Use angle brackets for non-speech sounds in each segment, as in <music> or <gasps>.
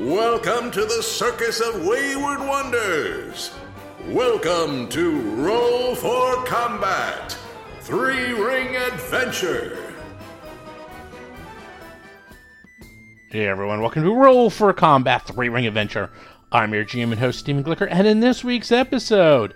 Welcome to the Circus of Wayward Wonders. Welcome to Roll for Combat Three Ring Adventure. Hey everyone, welcome to Roll for Combat 3 Ring Adventure. I'm your GM and host, Stephen Glicker, and in this week's episode,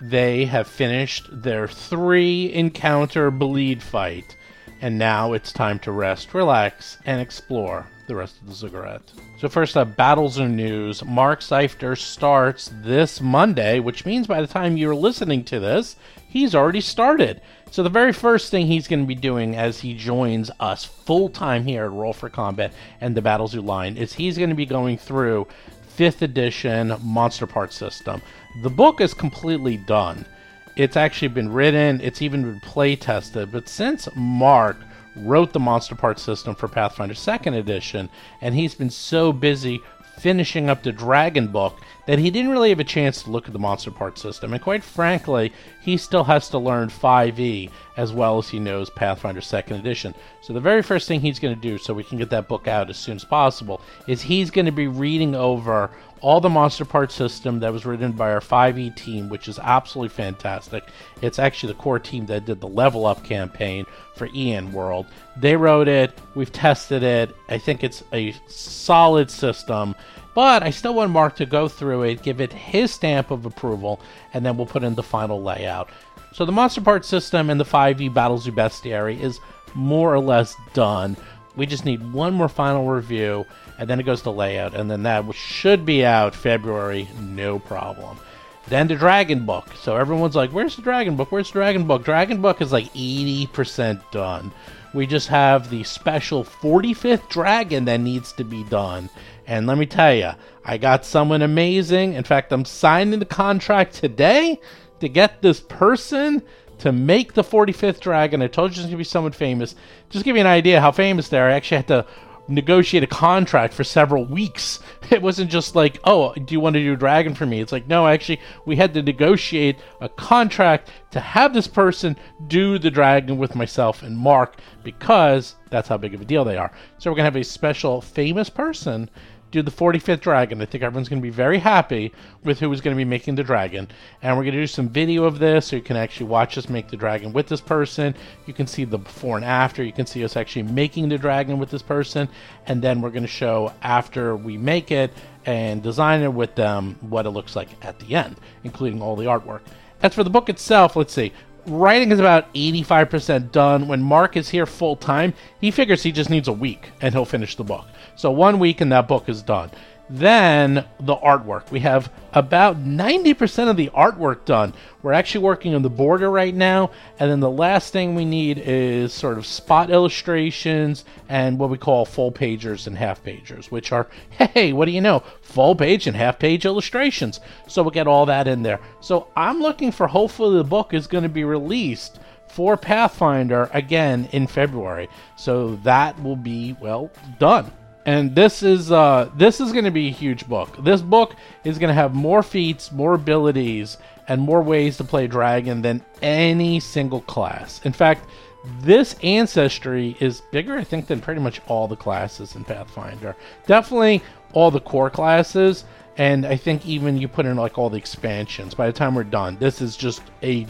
they have finished their three encounter bleed fight, and now it's time to rest, relax, and explore the rest of the cigarette. So, first up, Battles and News. Mark Seifter starts this Monday, which means by the time you're listening to this, he's already started. So, the very first thing he's going to be doing as he joins us full time here at Roll for Combat and the Battles Zoo line is he's going to be going through fifth edition monster part system. The book is completely done. It's actually been written, it's even been play tested, but since Mark wrote the monster part system for Pathfinder 2nd edition, and he's been so busy finishing up the Dragon book that he didn't really have a chance to look at the monster part system. And quite frankly, he still has to learn 5e as well as he knows Pathfinder 2nd edition. So, the very first thing he's going to do so we can get that book out as soon as possible is he's going to be reading over all the monster part system that was written by our 5e team, which is absolutely fantastic. It's actually the core team that did the level up campaign for Ian World. They wrote it, we've tested it. I think it's a solid system, but I still want Mark to go through it, give it his stamp of approval, and then we'll put in the final layout. So the monster part system and the 5e Battle Zoo Bestiary is more or less done. We just need one more final review, and then it goes to layout, and then that should be out February, no problem. Then the Dragon Book. So everyone's like, "Where's the Dragon Book? Where's the Dragon Book?" Dragon Book is like 80% done. We just have the special 45th dragon that needs to be done. And let me tell you, I got someone amazing. In fact, I'm signing the contract today to get this person to make the 45th dragon. I told you it's going to be someone famous. Just give you an idea how famous they are. I actually had to negotiate a contract for several weeks. <laughs> It wasn't just like, oh, do you want to do dragon for me? It's like, no, actually, we had to negotiate a contract to have this person do the dragon with myself and Mark because that's how big of a deal they are. So we're going to have a special famous person do the 45th dragon. I think everyone's going to be very happy with who is going to be making the dragon. And we're going to do some video of this so you can actually watch us make the dragon with this person. You can see the before and after. You can see us actually making the dragon with this person. And then we're going to show after we make it and design it with them what it looks like at the end, including all the artwork. As for the book itself, let's see writing is about 85% done. When Mark is here full time, he figures he just needs a week and he'll finish the book. So one week and that book is done. Then the artwork. We have about 90% of the artwork done. We're actually working on the border right now. And then the last thing we need is sort of spot illustrations and what we call full pagers and half pagers, which are, hey, what do you know? Full page and half page illustrations. So we'll get all that in there. So I'm looking for hopefully the book is going to be released for Pathfinder again in February. So that will be, well, done and this is uh, this is going to be a huge book. This book is going to have more feats, more abilities, and more ways to play dragon than any single class. In fact, this ancestry is bigger, I think, than pretty much all the classes in Pathfinder. Definitely all the core classes, and I think even you put in like all the expansions. By the time we're done, this is just a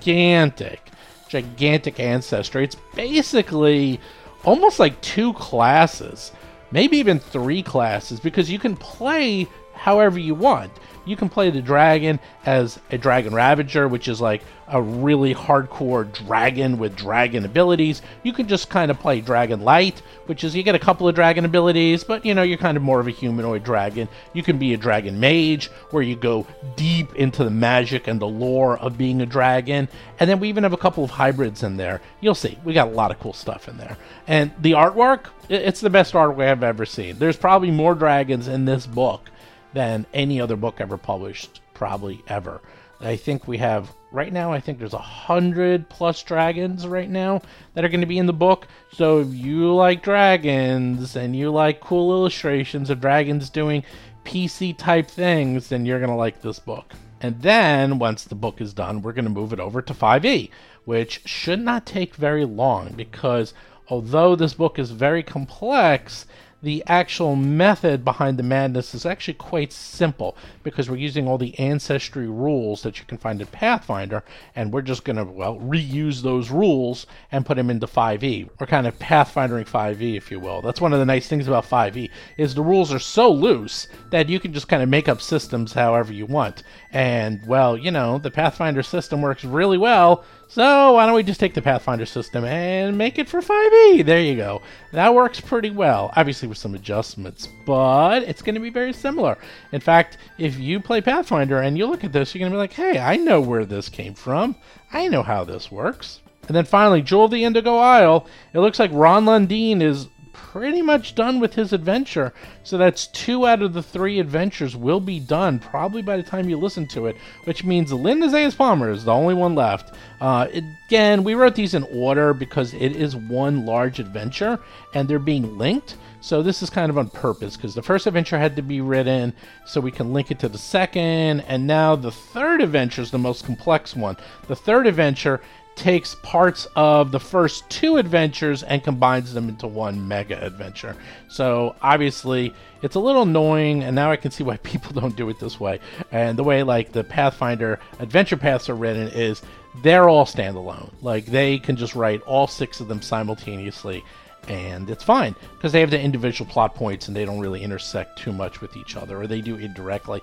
gigantic, gigantic ancestry. It's basically almost like two classes, maybe even three classes, because you can play however you want. You can play the dragon as a dragon ravager, which is like a really hardcore dragon with dragon abilities. You can just kind of play dragon light, which is you get a couple of dragon abilities, but you know, you're kind of more of a humanoid dragon. You can be a dragon mage, where you go deep into the magic and the lore of being a dragon. And then we even have a couple of hybrids in there. You'll see, we got a lot of cool stuff in there. And the artwork, it's the best artwork I've ever seen. There's probably more dragons in this book than any other book ever published, probably ever. I think we have right now. I think there's a hundred plus dragons right now that are going to be in the book. So if you like dragons and you like cool illustrations of dragons doing PC type things, then you're going to like this book. And then once the book is done, we're going to move it over to 5e, which should not take very long because although this book is very complex, the actual method behind the madness is actually quite simple because we're using all the ancestry rules that you can find in Pathfinder, and we're just going to, well, reuse those rules and put them into 5e. We're kind of Pathfindering 5e, if you will. That's one of the nice things about 5e is the rules are so loose that you can just kind of make up systems however you want. And, well, you know, the Pathfinder system works really well, so why don't we just take the Pathfinder system and make it for 5e? There you go. That works pretty well, obviously with some adjustments, but it's going to be very similar. In fact, if you play Pathfinder and you look at this, you're going to be like, hey, I know where this came from. I know how this works. And then finally, Jewel of the Indigo Isle. It looks like Ron Lundeen is pretty much done with his adventure. So that's two out of the three adventures will be done probably by the time you listen to it, which means Lynn Isaias Palmer is the only one left. Uh, again, we wrote these in order because it is one large adventure and they're being linked. So this is kind of on purpose because the first adventure had to be written so we can link it to the second. And now the third adventure is the most complex one. The third adventure takes parts of the first two adventures and combines them into one mega adventure. So obviously, it's a little annoying, and now I can see why <laughs> people don't do it this way. And the way like the Pathfinder adventure paths are written is they're all standalone. Like they can just write all six of them simultaneously. And it's fine because they have the individual plot points and they don't really intersect too much with each other, or they do indirectly.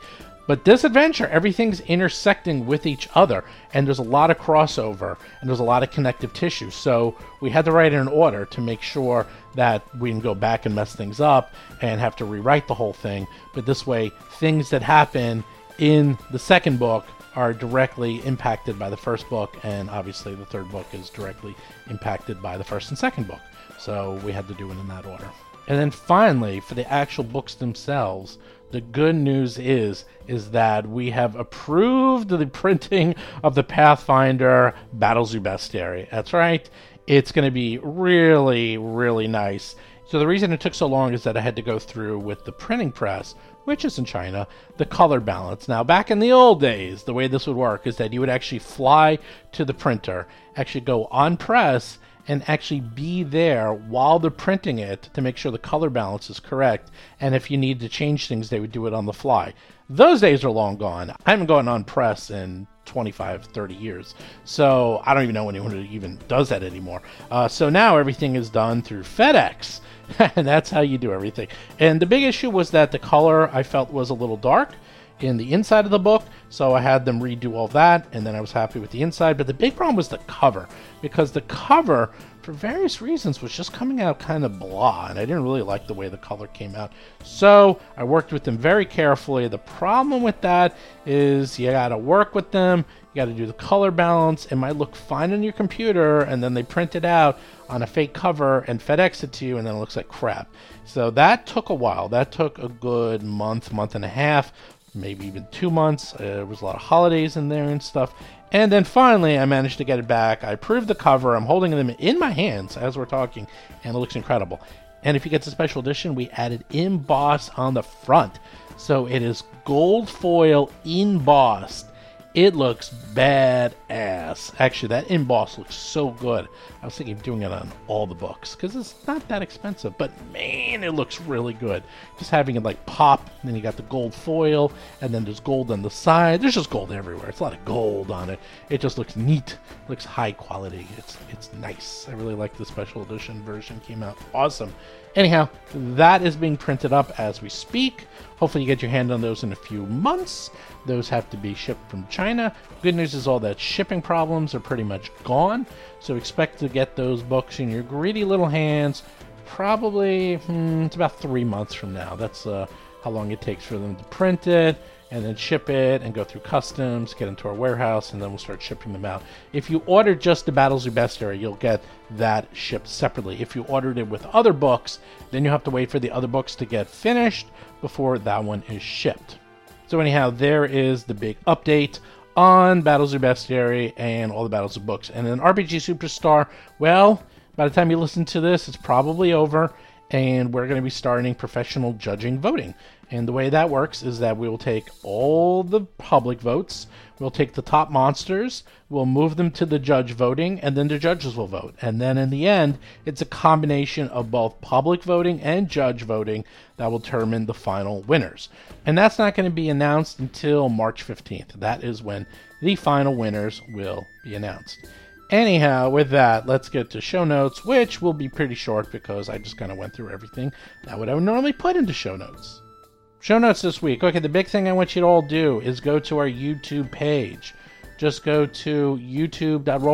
But this adventure, everything's intersecting with each other, and there's a lot of crossover and there's a lot of connective tissue. So we had to write it in order to make sure that we didn't go back and mess things up and have to rewrite the whole thing. But this way, things that happen in the second book are directly impacted by the first book, and obviously the third book is directly impacted by the first and second book. So we had to do it in that order. And then finally, for the actual books themselves, the good news is is that we have approved the printing of the Pathfinder Battles You Bestiary. That's right. It's going to be really really nice. So the reason it took so long is that I had to go through with the printing press, which is in China, the color balance. Now, back in the old days, the way this would work is that you would actually fly to the printer, actually go on press, and actually be there while they're printing it to make sure the color balance is correct. And if you need to change things, they would do it on the fly. Those days are long gone. I haven't gone on press in 25, 30 years. So I don't even know anyone who even does that anymore. Uh, so now everything is done through FedEx. <laughs> and that's how you do everything. And the big issue was that the color I felt was a little dark in the inside of the book, so I had them redo all that, and then I was happy with the inside. But the big problem was the cover, because the cover, for various reasons, was just coming out kind of blah, and I didn't really like the way the color came out. So I worked with them very carefully. The problem with that is you gotta work with them, you gotta do the color balance. It might look fine on your computer, and then they print it out on a fake cover and FedEx it to you, and then it looks like crap. So that took a while. That took a good month, month and a half maybe even two months. Uh, there was a lot of holidays in there and stuff. And then finally, I managed to get it back. I approved the cover. I'm holding them in my hands as we're talking, and it looks incredible. And if you get the special edition, we added emboss on the front. So it is gold foil embossed. It looks badass. Actually, that emboss looks so good. I was thinking of doing it on all the books because it's not that expensive, but man, it looks really good. Just having it like pop, and then you got the gold foil, and then there's gold on the side. There's just gold everywhere. It's a lot of gold on it. It just looks neat. It looks high quality. It's it's nice. I really like the special edition version. Came out awesome. Anyhow, that is being printed up as we speak. Hopefully, you get your hand on those in a few months. Those have to be shipped from China. Good news is all that shipping problems are pretty much gone. So, expect to get those books in your greedy little hands probably, hmm, it's about three months from now. That's uh, how long it takes for them to print it and then ship it and go through customs, get into our warehouse, and then we'll start shipping them out. If you order just the Battles of Bestiary, you'll get that shipped separately. If you ordered it with other books, then you have to wait for the other books to get finished before that one is shipped. So, anyhow, there is the big update on Battles of Bestiary and all the Battles of Books. And then RPG Superstar, well, by the time you listen to this, it's probably over and we're going to be starting professional judging voting. And the way that works is that we will take all the public votes, we'll take the top monsters, we'll move them to the judge voting, and then the judges will vote. And then in the end, it's a combination of both public voting and judge voting that will determine the final winners. And that's not going to be announced until March 15th. That is when the final winners will be announced. Anyhow, with that, let's get to show notes, which will be pretty short because I just kind of went through everything that would I would normally put into show notes. Show notes this week. Okay, the big thing I want you to all do is go to our YouTube page. Just go to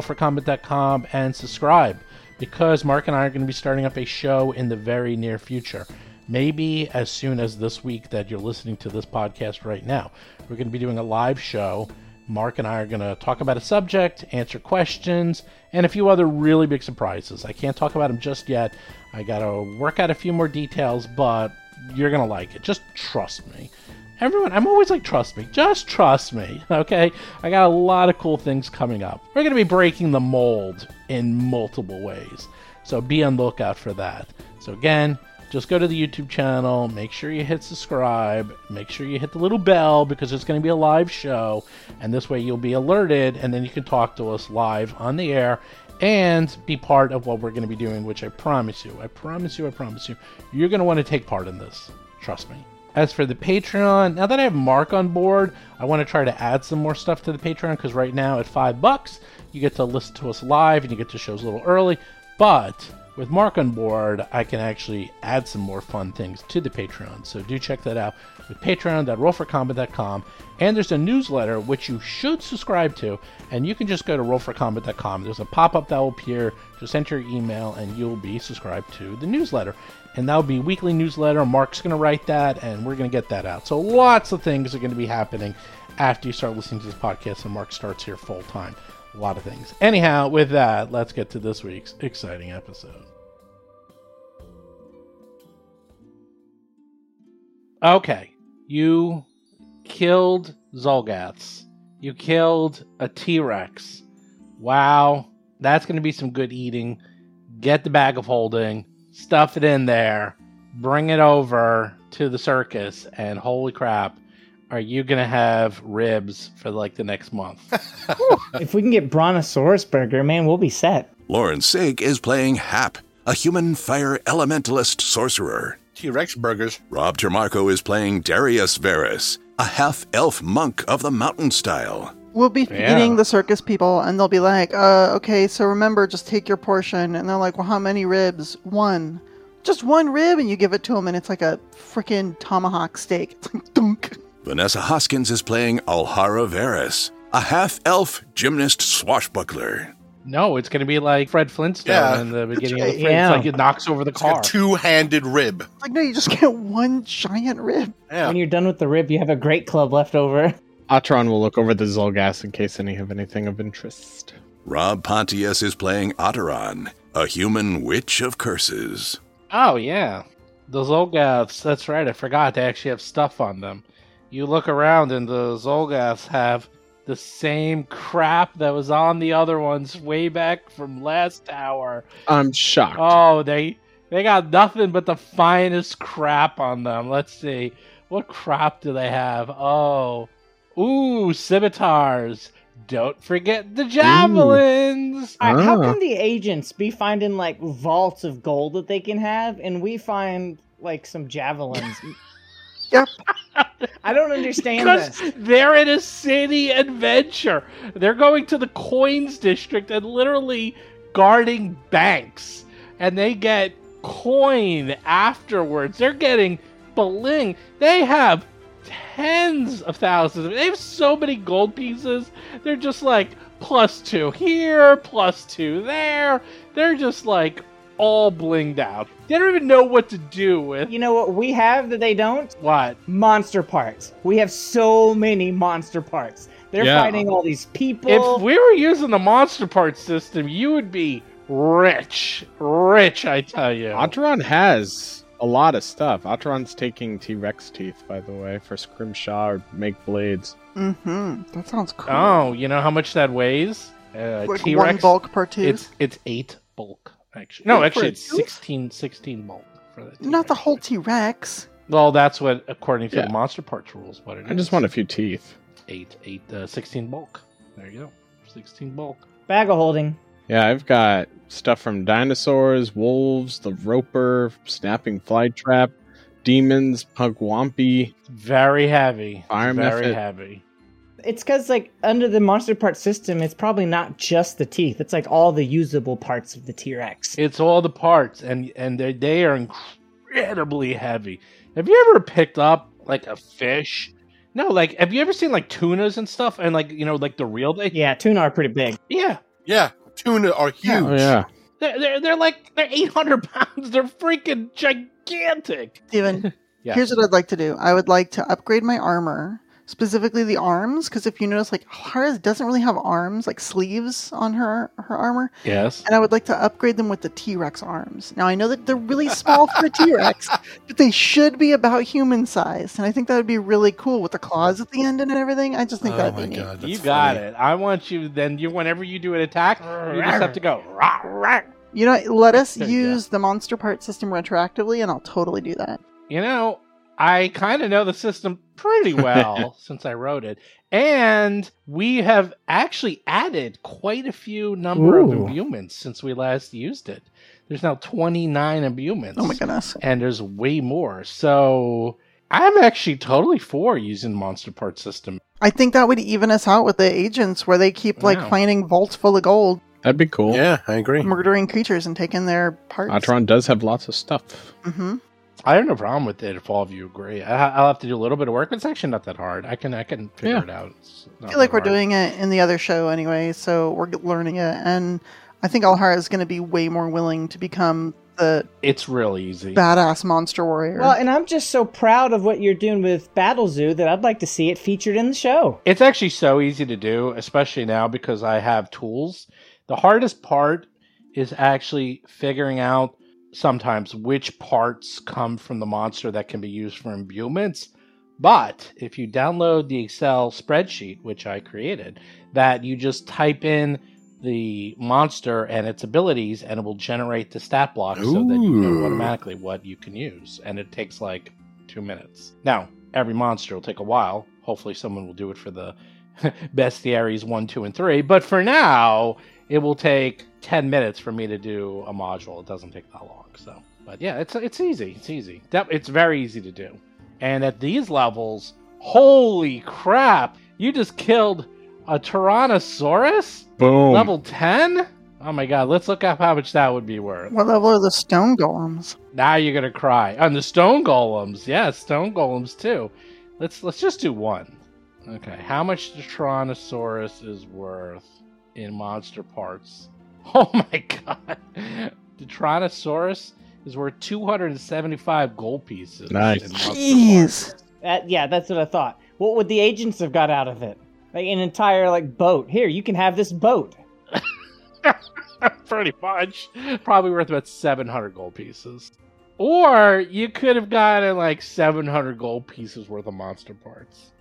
youtube.rollforcombat.com and subscribe because Mark and I are going to be starting up a show in the very near future. Maybe as soon as this week that you're listening to this podcast right now. We're going to be doing a live show Mark and I are going to talk about a subject, answer questions, and a few other really big surprises. I can't talk about them just yet. I got to work out a few more details, but you're going to like it. Just trust me. Everyone, I'm always like, trust me. Just trust me. <laughs> Okay? I got a lot of cool things coming up. We're going to be breaking the mold in multiple ways. So be on the lookout for that. So, again, just go to the YouTube channel, make sure you hit subscribe, make sure you hit the little bell because it's going to be a live show, and this way you'll be alerted, and then you can talk to us live on the air and be part of what we're going to be doing, which I promise you, I promise you, I promise you, you're going to want to take part in this. Trust me. As for the Patreon, now that I have Mark on board, I want to try to add some more stuff to the Patreon because right now at five bucks, you get to listen to us live and you get to shows a little early, but with Mark on board, I can actually add some more fun things to the Patreon. So do check that out with patreon.rollforcombat.com. And there's a newsletter which you should subscribe to. And you can just go to rollforcombat.com. There's a pop up that will appear. Just enter your email and you'll be subscribed to the newsletter. And that'll be weekly newsletter. Mark's going to write that and we're going to get that out. So lots of things are going to be happening after you start listening to this podcast and Mark starts here full time a lot of things. Anyhow, with that, let's get to this week's exciting episode. Okay, you killed Zolgaths. You killed a T Rex. Wow, that's going to be some good eating. Get the bag of holding, stuff it in there, bring it over to the circus, and holy crap, are you gonna have ribs for like the next month? if we can get Brontosaurus Burger, man, we'll be set. Lauren Sake is playing Hap, a human fire elementalist sorcerer. T Rex burgers. Rob Termarco is playing Darius Varus, a half elf monk of the mountain style. We'll be Yeah. feeding the circus people, and they'll be like, uh, okay, so remember, just take your portion. And they're like, well, how many ribs? One. Just one rib, and you give it to them, and it's like a freaking tomahawk steak. It's like, dunk. Vanessa Hoskins is playing Alhara Varus, a half elf gymnast swashbuckler. no, it's gonna be like Fred Flintstone Yeah. in the beginning of the right. Fred. Yeah. It's like it knocks over the It's like car. a two handed rib. It's like, no, you just get one giant rib. Yeah. When you're done with the rib, you have a great club left over. <laughs> Atron will look over the Zolgas in case any have anything of interest. Rob Pontius is playing Otteron, a human witch of curses. oh yeah, the Zolgaths. That's right. I forgot they actually have stuff on them. You look around, and the Zolgaths have the same crap that was on the other ones way back from last hour. I'm shocked. Oh, they they got nothing but the finest crap on them. Let's see. What crap do they have? Oh. Ooh, scimitars. Don't forget the javelins. All right, How Ah. can the agents be finding like vaults of gold that they can have, and we find like some javelins? Yep. I don't understand Because this. they're in a city adventure. They're going to the coins district and literally guarding banks. And they get coin afterwards. They're getting bling. They have tens of thousands. They have so many gold pieces. They're just like plus two here, plus two there. They're just like all blinged out. They don't even know what to do with You know what we have that they don't? what. Monster parts. We have so many monster parts. They're Yeah. fighting all these people. If we were using the monster part system, you would be rich. Rich, I tell you. Atron has a lot of stuff. Atron's taking T Rex teeth, by the way, for scrimshaw or make blades. Mm-hmm. That sounds cool. Oh, you know how much that weighs? Uh, like T one Rex. bulk per two. It's it's eight bulk actually. No, Wait, actually for it's two? 16, 16 bulk for that. Not the whole T Rex. Well, that's what, according to Yeah. the monster parts rules, what it is. I just want a few teeth. eight, eight, uh, 16 bulk. There you go, sixteen bulk. Bag of holding. Yeah, I've got stuff from dinosaurs, wolves, the roper, snapping flytrap, demons, pugwampy. Very heavy. Fire very method. heavy. It's because like under the monster part system, it's probably not just the teeth. It's like all the usable parts of the T Rex. It's all the parts, and and they they are incredibly heavy. Have you ever picked up like a fish? No, like have you ever seen like tunas and stuff, and like you know like the real they Yeah, tuna are pretty big. yeah. Yeah, tuna are huge. Oh, yeah. They're, they're, they're like they're 800 <laughs> pounds they're freaking gigantic Steven, <laughs> Yeah. here's what I'd like to do. I would like to upgrade my armor, specifically the arms, because if you notice, like Hara doesn't really have arms, like sleeves on her her armor, yes and I would like to upgrade them with the T Rex arms. Now I know that they're really small for a T <laughs> Rex, but they should be about human size, and I think that would be really cool with the claws at the end and everything. I just think Oh that'd my be neat. god, you got it i want you then you whenever you do an attack you just have to go rah, rah. You know, let us <laughs> There you go. use the monster part system retroactively, and I'll totally do that. you know i kind of know the system <laughs> pretty well since i wrote it and we have actually added quite a few number Ooh. of imbuments since we last used it there's now 29 imbuments <laughs> Oh my goodness. and there's way more so i'm actually totally for using monster part system I think that would even us out with the agents where they keep like Yeah. finding vaults full of gold, That'd be cool. Yeah, I agree. murdering creatures and taking their parts. Atron does have lots of stuff. hmm I have no problem with it if all of you agree. I, I'll have to do a little bit of work, but it's actually not that hard. I can I can figure Yeah. it out. It's I not feel like that we're hard. doing it in the other show anyway, so we're g- learning it. And I think Alhara is going to be way more willing to become the It's real easy. badass monster warrior. Well, and I'm just so proud of what you're doing with Battle Zoo that I'd like to see it featured in the show. It's actually so easy to do, especially now because I have tools. The hardest part is actually figuring out sometimes which parts come from the monster that can be used for imbuements. But if you download the Excel spreadsheet, which I created, that you just type in the monster and its abilities, and it will generate the stat block so that you know Ooh. automatically what you can use. And it takes like two minutes. Now, every monster will take a while. Hopefully, someone will do it for the <laughs> bestiaries one, two, and three. But for now, it will take 10 minutes for me to do a module. It doesn't take that long. So, but yeah, it's it's easy. It's easy. That, it's very easy to do. And at these levels, holy crap, you just killed a Tyrannosaurus? Boom. Level 10? Oh my god, let's look up how much that would be worth. what level are the stone golems? Now you're gonna cry. And the stone golems, yeah, stone golems too. Let's let's just do one. Okay, how much the Tyrannosaurus is worth in monster parts? <laughs> Oh my god, the Tyrannosaurus is worth 275 gold pieces. Nice. in monster parts. Jeez. That, yeah, that's what I thought. What would the agents have got out of it? Like an entire like boat. Here, you can have this boat. <laughs> pretty much. Probably worth about 700 gold pieces. Or you could have gotten like 700 gold pieces worth of monster parts.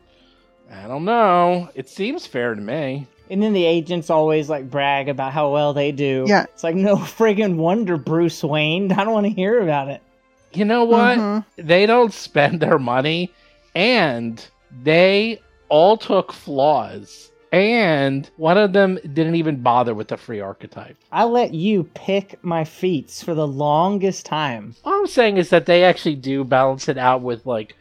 I don't know. It seems fair to me. And then the agents always like brag about how well they do. Yeah. It's like no friggin' wonder, Bruce Wayne. <laughs> I don't want to hear about it. You know what? Mhm. They don't spend their money and they all took flaws. And one of them didn't even bother with the free archetype. I let you pick my feats for the longest time. All I'm saying is that they actually do balance it out with like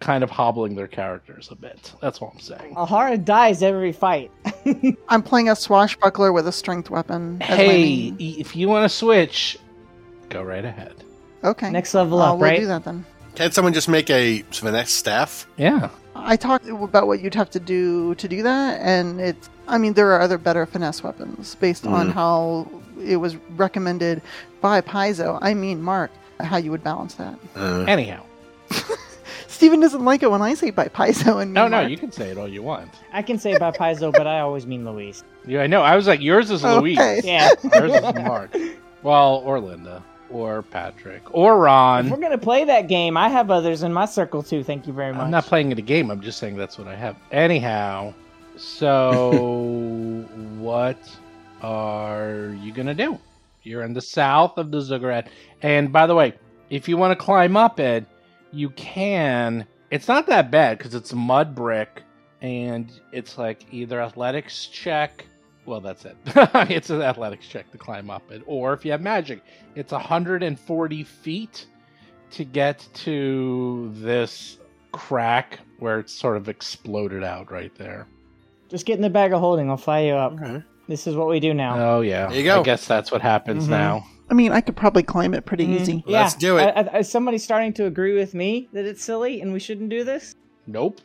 kind of hobbling their characters a bit. That's all I'm saying. Ahara dies every fight. <laughs> I'm playing a swashbuckler with a strength weapon. as my Hey, main. if you want to switch, go right ahead. Okay. Next level Uh, up, we'll right? do that then. Can't someone just make a finesse staff? Yeah. I talked about what you'd have to do to do that, and it's. I mean, there are other better finesse weapons based Mm. on how it was recommended by Paizo. I mean, Mark, how you would balance that. Anyhow, Steven doesn't like it when I say by <laughs> Paizo and me. no, Oh, no, Mark. you can say it all you want. I can say by Paizo, but I always mean <laughs> Luis. Yeah, I know. I was like, yours is Louise, Okay. Yeah. yours is <laughs> Mark. Well, or Linda, or Patrick, or If we're Ron. gonna play that game, I have others in my circle too. Thank you very much. I'm not playing it a game. I'm just saying that's what I have. Anyhow, <laughs> so what are you gonna do? You're in the south of the Ziggurat, and by the way, If you want to climb up it, you can. It's not that bad because it's mud brick, and it's like either athletics check. Well, that's it. <laughs> it's an athletics check to climb up it, or if you have magic, it's 140 feet to get to this crack where it's sort of exploded out right there. Just get in the bag of holding. I'll fly you up. Okay. This is what we do now. Oh yeah, Mm-hmm. There you go. I guess that's what happens Mhm. now. I mean, I could probably climb it pretty Mhm. easy. Let's yeah. do it. I- I- is somebody starting to agree with me that it's silly and we shouldn't do this? Nope.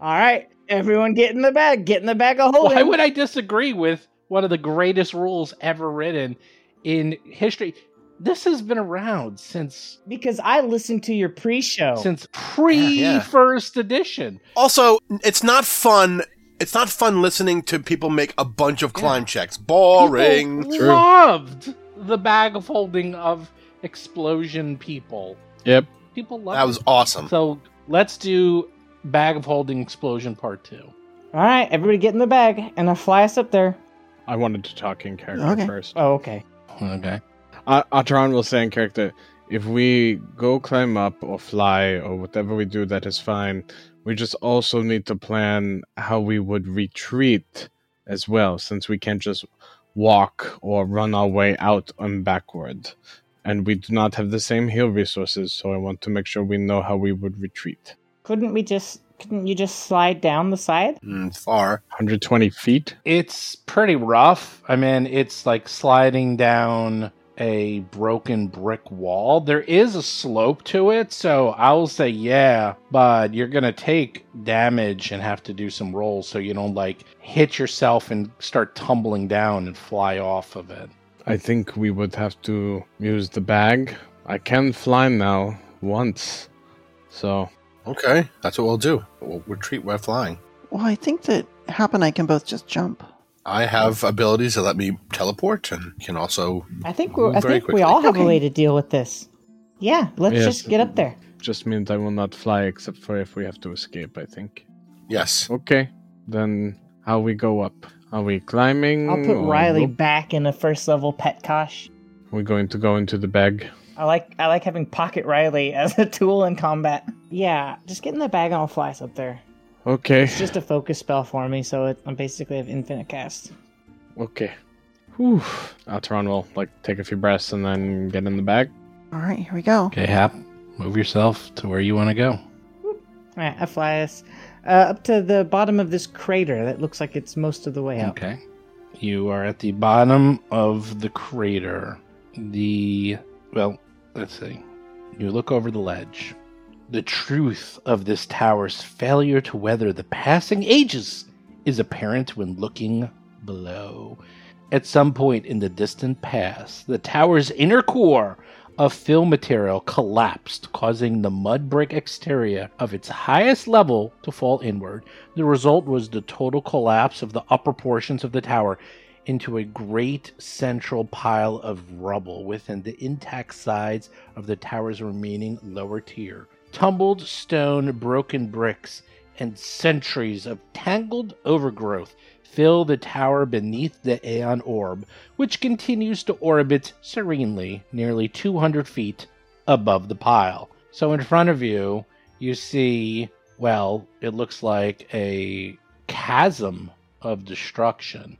All right, everyone, get in the bag. Get in the bag of holding. Why would I disagree with one of the greatest rules ever written in history? This has been around since because I listened to your pre-show. since pre Yeah, yeah. first edition. Also, it's not fun. It's not fun listening to people make a bunch of climb checks. Boring. People True. loved the bag of holding of explosion people. Yep. People loved That was it. awesome. So let's do bag of holding explosion part two. All right, everybody, get in the bag, and I fly us up there. I wanted to talk in character Okay. first. Oh, okay. Okay. A- Atron will say in character, if we go climb up or fly or whatever we do, that is fine. We just also need to plan how we would retreat as well, since we can't just walk or run our way out and backward. And we do not have the same heal resources, so I want to make sure we know how we would retreat. Couldn't we just? Couldn't you just slide down the side? Mm, far. 120 feet? It's pretty rough. I mean, it's like sliding down a broken brick wall. There is a slope to it, so I'll say yeah, but you're going to take damage and have to do some rolls so you don't like hit yourself and start tumbling down and fly off of it. I think we would have to use the bag. I can fly now once, so Okay, that's what we'll do. We'll retreat while flying. Well, I think that Hap and I can both just jump. I have abilities that let me teleport and can also. I think we. I Very think we quickly. all have a Okay. way to deal with this. Yeah, let's Yes. just get up there. just means I will not fly except for if we have to escape, I think. Yes. <laughs> Okay, then how we go up? Are we climbing? I'll put or Riley rope? back in a first level Petkosh. We're going to go into the bag. I like I like having Pocket Riley <laughs> as a tool in combat. Yeah, just get in the bag and I'll fly us up there. Okay, It's just a focus spell for me, so it, I'm basically have infinite cast. okay. Whew. Alteron will like take a few breaths and then get in the bag. All right, here we go. Okay, Hap, move yourself to where you want to go. All right, I fly us uh, up to the bottom of this crater that looks like it's most of the way up. Okay. You are at the bottom of the crater. The. Well, let's see. You look over the ledge. The truth of this tower's failure to weather the passing ages is apparent when looking below. At some point in the distant past, the tower's inner core of film material collapsed, causing the mud brick exterior of its highest level to fall inward. The result was the total collapse of the upper portions of the tower into a great central pile of rubble within the intact sides of the tower's remaining lower tier. Tumbled stone, broken bricks, and centuries of tangled overgrowth fill the tower beneath the Aeon Orb, which continues to orbit serenely nearly 200 feet above the pile. So in front of you, you see well, it looks like a chasm of destruction.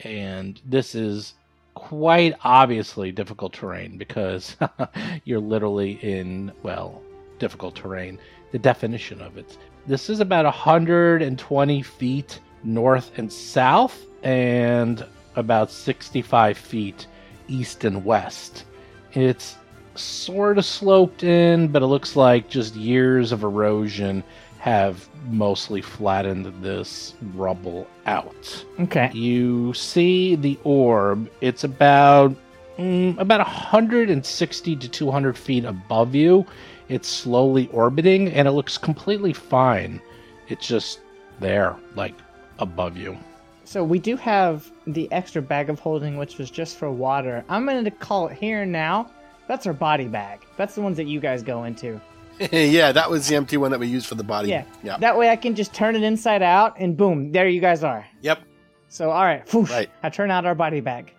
And this is quite obviously difficult terrain because <laughs> you're literally in, well, difficult terrain. The definition of it. This is about 120 feet north and south, and about 65 feet east and west. It's sort of sloped in, but it looks like just years of erosion have mostly flattened this rubble out. Okay. You see the orb. It's about mm, about 160 to 200 feet above you. It's slowly orbiting, and it looks completely fine. It's just there, like above you. So we do have the extra bag of holding, which was just for water. I'm going to call it here and now. That's our body bag. That's the ones that you guys go into. yeah, that was the empty one that we used for the body. Yeah. Yeah. That way I can just turn it inside out and boom, there you guys are. Yep. So, all right. Whoosh, Right. I turn out our body bag.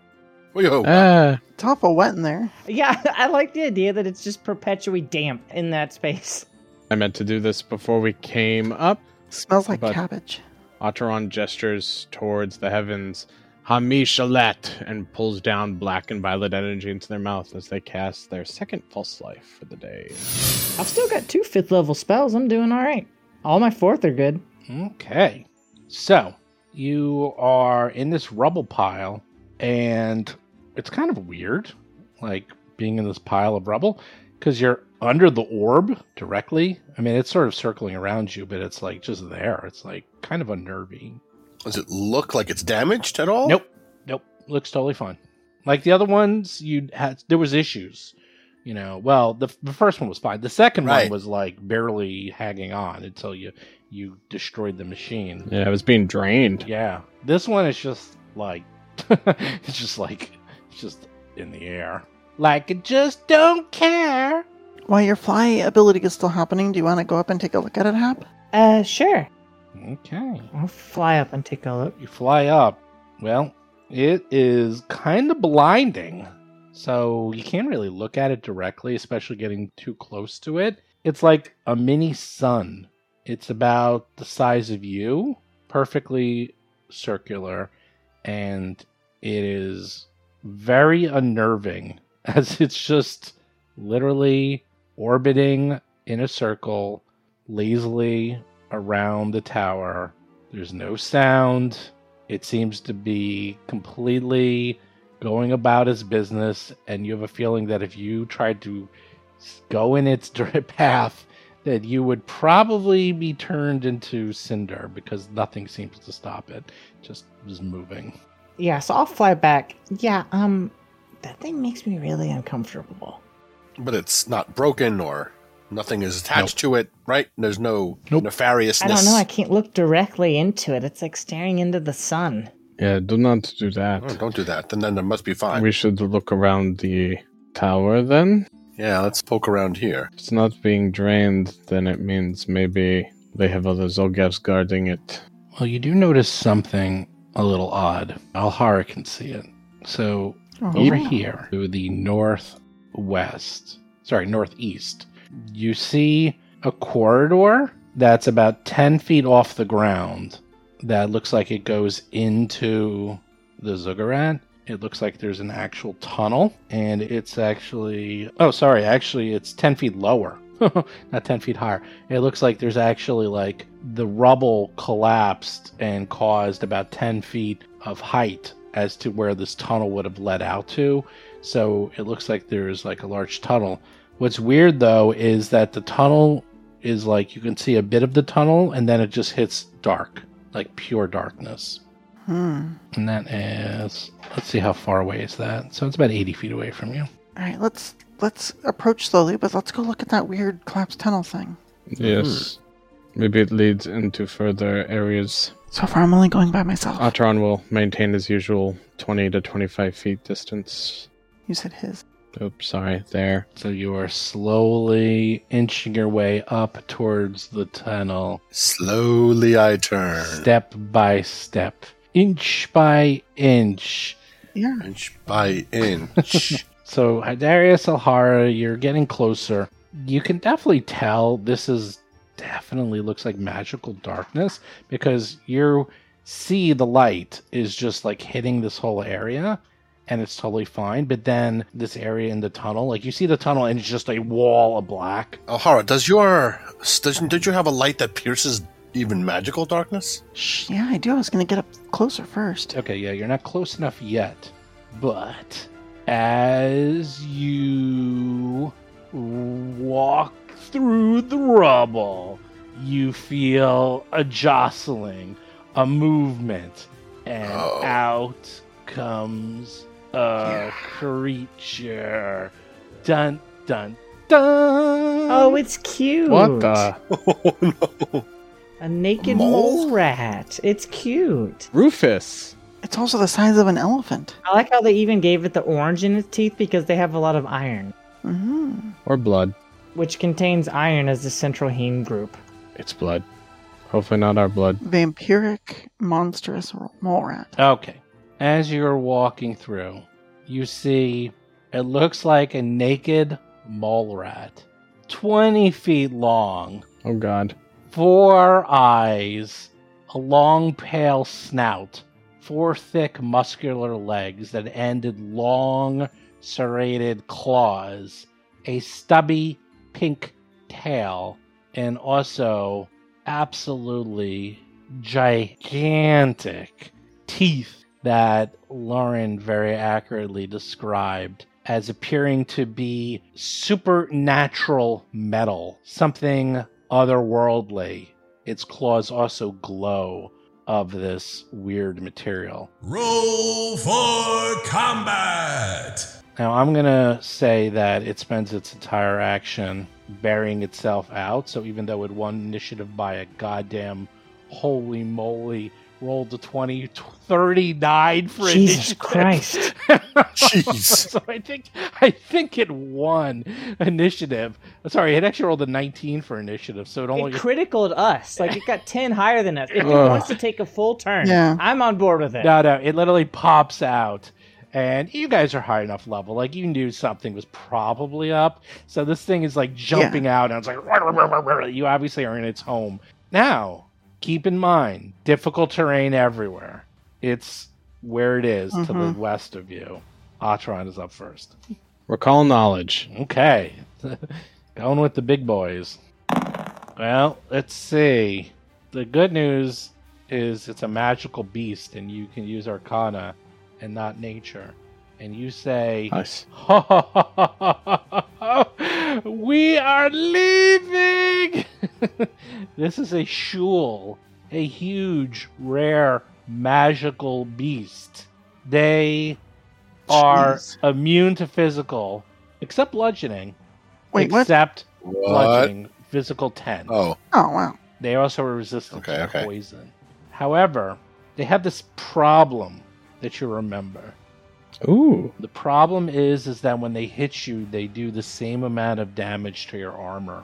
Whoa. Ah, It's awful wet in there. Yeah, <laughs> I like the idea that it's just perpetually damp in that space. I meant to do this before we came up. Smells like But- cabbage. Otteron gestures towards the heavens. Hamishalat and pulls down black and violet energy into their mouth as they cast their second pulse life for the day. I've still got two fifth level spells. I'm doing all right. All my fourth are good. Okay. So you are in this rubble pile, and it's kind of weird, like being in this pile of rubble, because you're under the orb directly. I mean, it's sort of circling around you, but it's like just there. It's like kind of unnerving. Does it look like it's damaged at all? Nope. Nope. Looks totally fine. Like the other ones, you had there was issues. You know, well, the, the first one was fine. The second one Right. was like barely hanging on until you you destroyed the machine. Yeah, it was being drained. Yeah. This one is just like <laughs> it's just like it's just in the air. Like it just don't care. While your fly ability is still happening, do you want to go up and take a look at it, Hap? Uh, sure. Okay. I'll fly up and take a look. You fly up. Well, it is kind of blinding. So you can't really look at it directly, especially getting too close to it. It's like a mini sun. It's about the size of you, perfectly circular, and it is very unnerving <laughs> as it's just literally orbiting in a circle lazily around the tower there's no sound. It seems to be completely going about its business, and you have a feeling that if you tried to s- go in its <laughs> dir- path, that you would probably be turned into cinder because nothing seems to stop it. Just is moving. Yeah, so I'll fly back. Yeah, um, that thing makes me really uncomfortable. But it's not broken or nothing is attached to it, right? There's no Nope. nefariousness. I don't know. I can't look directly into it. It's like staring into the sun. Yeah, do not do Oh, that. don't do that. Then, then there must be fine. We should look around the tower then. yeah, let's poke around here. If it's not being drained, then it means maybe they have other Zolgavs guarding it. Well, you do notice something a little odd. Alhara can see it. So Oh, over wow. here to the northwest sorry northeast you see a corridor that's about 10 feet off the ground that looks like it goes into the ziggurat it looks like there's an actual tunnel and it's actually oh sorry actually it's 10 feet lower <laughs> not 10 feet higher it looks like there's actually like the rubble collapsed and caused about 10 feet of height as to where this tunnel would have led out to. So it looks like there's like a large tunnel. What's weird though is that the tunnel is like you can see a bit of the tunnel and then it just hits dark, like pure darkness. Hmm. And that is, let's see how far away is that. So it's about 80 feet away from you. All right, let's let's approach slowly, but let's go look at that weird collapsed tunnel thing. Yes. Maybe it leads into further areas. So far, I'm only going by myself. Uh, Otteron will maintain his usual 20 to 25 feet distance. you said his. Oops, sorry, there. So you are slowly inching your way up towards the tunnel. Slowly I turn. step by step, inch by inch. Yeah. Inch by <laughs> inch. So, Hydarius Alhara, you're getting closer. You can definitely tell this is definitely looks like magical darkness because you see the light is just like hitting this whole area and it's totally fine. But then this area in the tunnel, like you see the tunnel and it's just a wall of black. Alhara, Oh, does your. Does, did you have a light that pierces even <laughs> magical darkness? Shh, yeah, I do. I was gonna get up closer first. Okay, yeah, you're not close enough yet. But as you walk through the rubble, you feel a jostling, a movement, and Oh. out comes a creature. Dun dun dun. Oh, it's cute. What the? Oh, no. A naked Mole? mole, rat. It's cute. Rufus! It's also the size of an elephant. I like how they even gave it the orange in its teeth because they have a lot of iron, hmm Or blood. which contains iron as the central heme group. It's blood. Hopefully not our blood. Vampiric monstrous r- mole rat. Okay. As you're walking through, you see it looks like a naked mole rat, 20 feet long, Oh God. four eyes, a long pale snout, four thick muscular legs that ended long serrated claws, a stubby pink tail, and also absolutely gigantic teeth that Lauren very accurately described as appearing to be supernatural metal, something otherworldly. Its claws also glow of this weird material. Roll for combat! Now, I'm going to say that it spends its entire action burying itself out. So, even though it won initiative by a goddamn holy moly, rolled a 20, 39 for Jesus initiative. <laughs> Christ. Jeez. so, I think, I think it won initiative. Sorry, it actually rolled a 19 for initiative. So, it only. It criticaled us. Like it <laughs> got ten higher than us. If it Ugh. wants to take a full turn, Yeah. I'm on board with it. No, no, it literally pops out. And you guys are high enough level. Like, you knew something was probably up. So this thing is like jumping out, and it's like, "Rah, rah, rah, rah, rah." you obviously are in its home. Now, keep in mind difficult terrain everywhere. It's where it is to the west of you. Atron is up first. Recall knowledge. Okay. <laughs> Going with the big boys. Well, let's see. The good news is it's a magical beast and you can use arcana and not nature. And you say, Nice. <laughs> we are leaving! <laughs> this is a shul, a huge, rare, magical beast. They are Jeez. immune to physical, except bludgeoning. Wait, what? except What? bludgeoning, physical 10. Oh, Oh wow. They also are resistant Okay, to okay. poison. However, they have this problem that you remember. Ooh. The problem is is that when they hit you, they do the same amount of damage to your armor,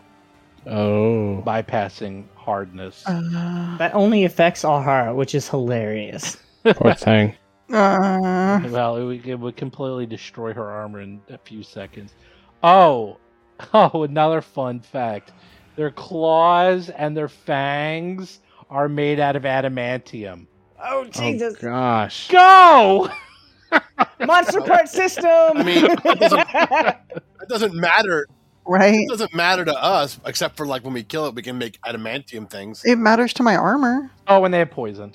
Oh. <laughs> bypassing hardness. Uh, That only affects Alhara, which is hilarious. Poor thing. uh, well, it would, it would completely destroy her armor in a few seconds. Oh, <laughs> oh, another fun fact: their claws and their fangs are made out of adamantium. <laughs> Oh Jesus! Oh gosh. Go! <laughs> Monster part system. I mean, it doesn't- it doesn't matter. right. It doesn't matter to us, except for like when we kill it, we can make adamantium things. It matters to my armor. Oh, and they have poison.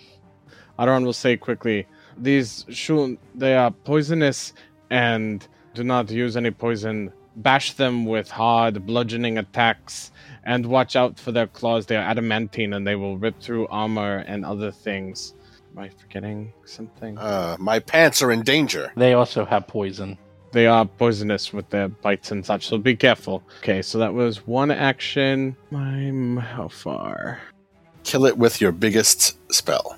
Aron will say quickly, these shun they are poisonous and do not use any poison. Bash them with hard bludgeoning attacks and watch out for their claws. They are adamantine and they will rip through armor and other things. Am I forgetting something? Uh, my pants are in danger. They also have poison. they are poisonous with their bites and such, so be careful. Okay, so that was one action. I'm how far? Kill it with your biggest spell.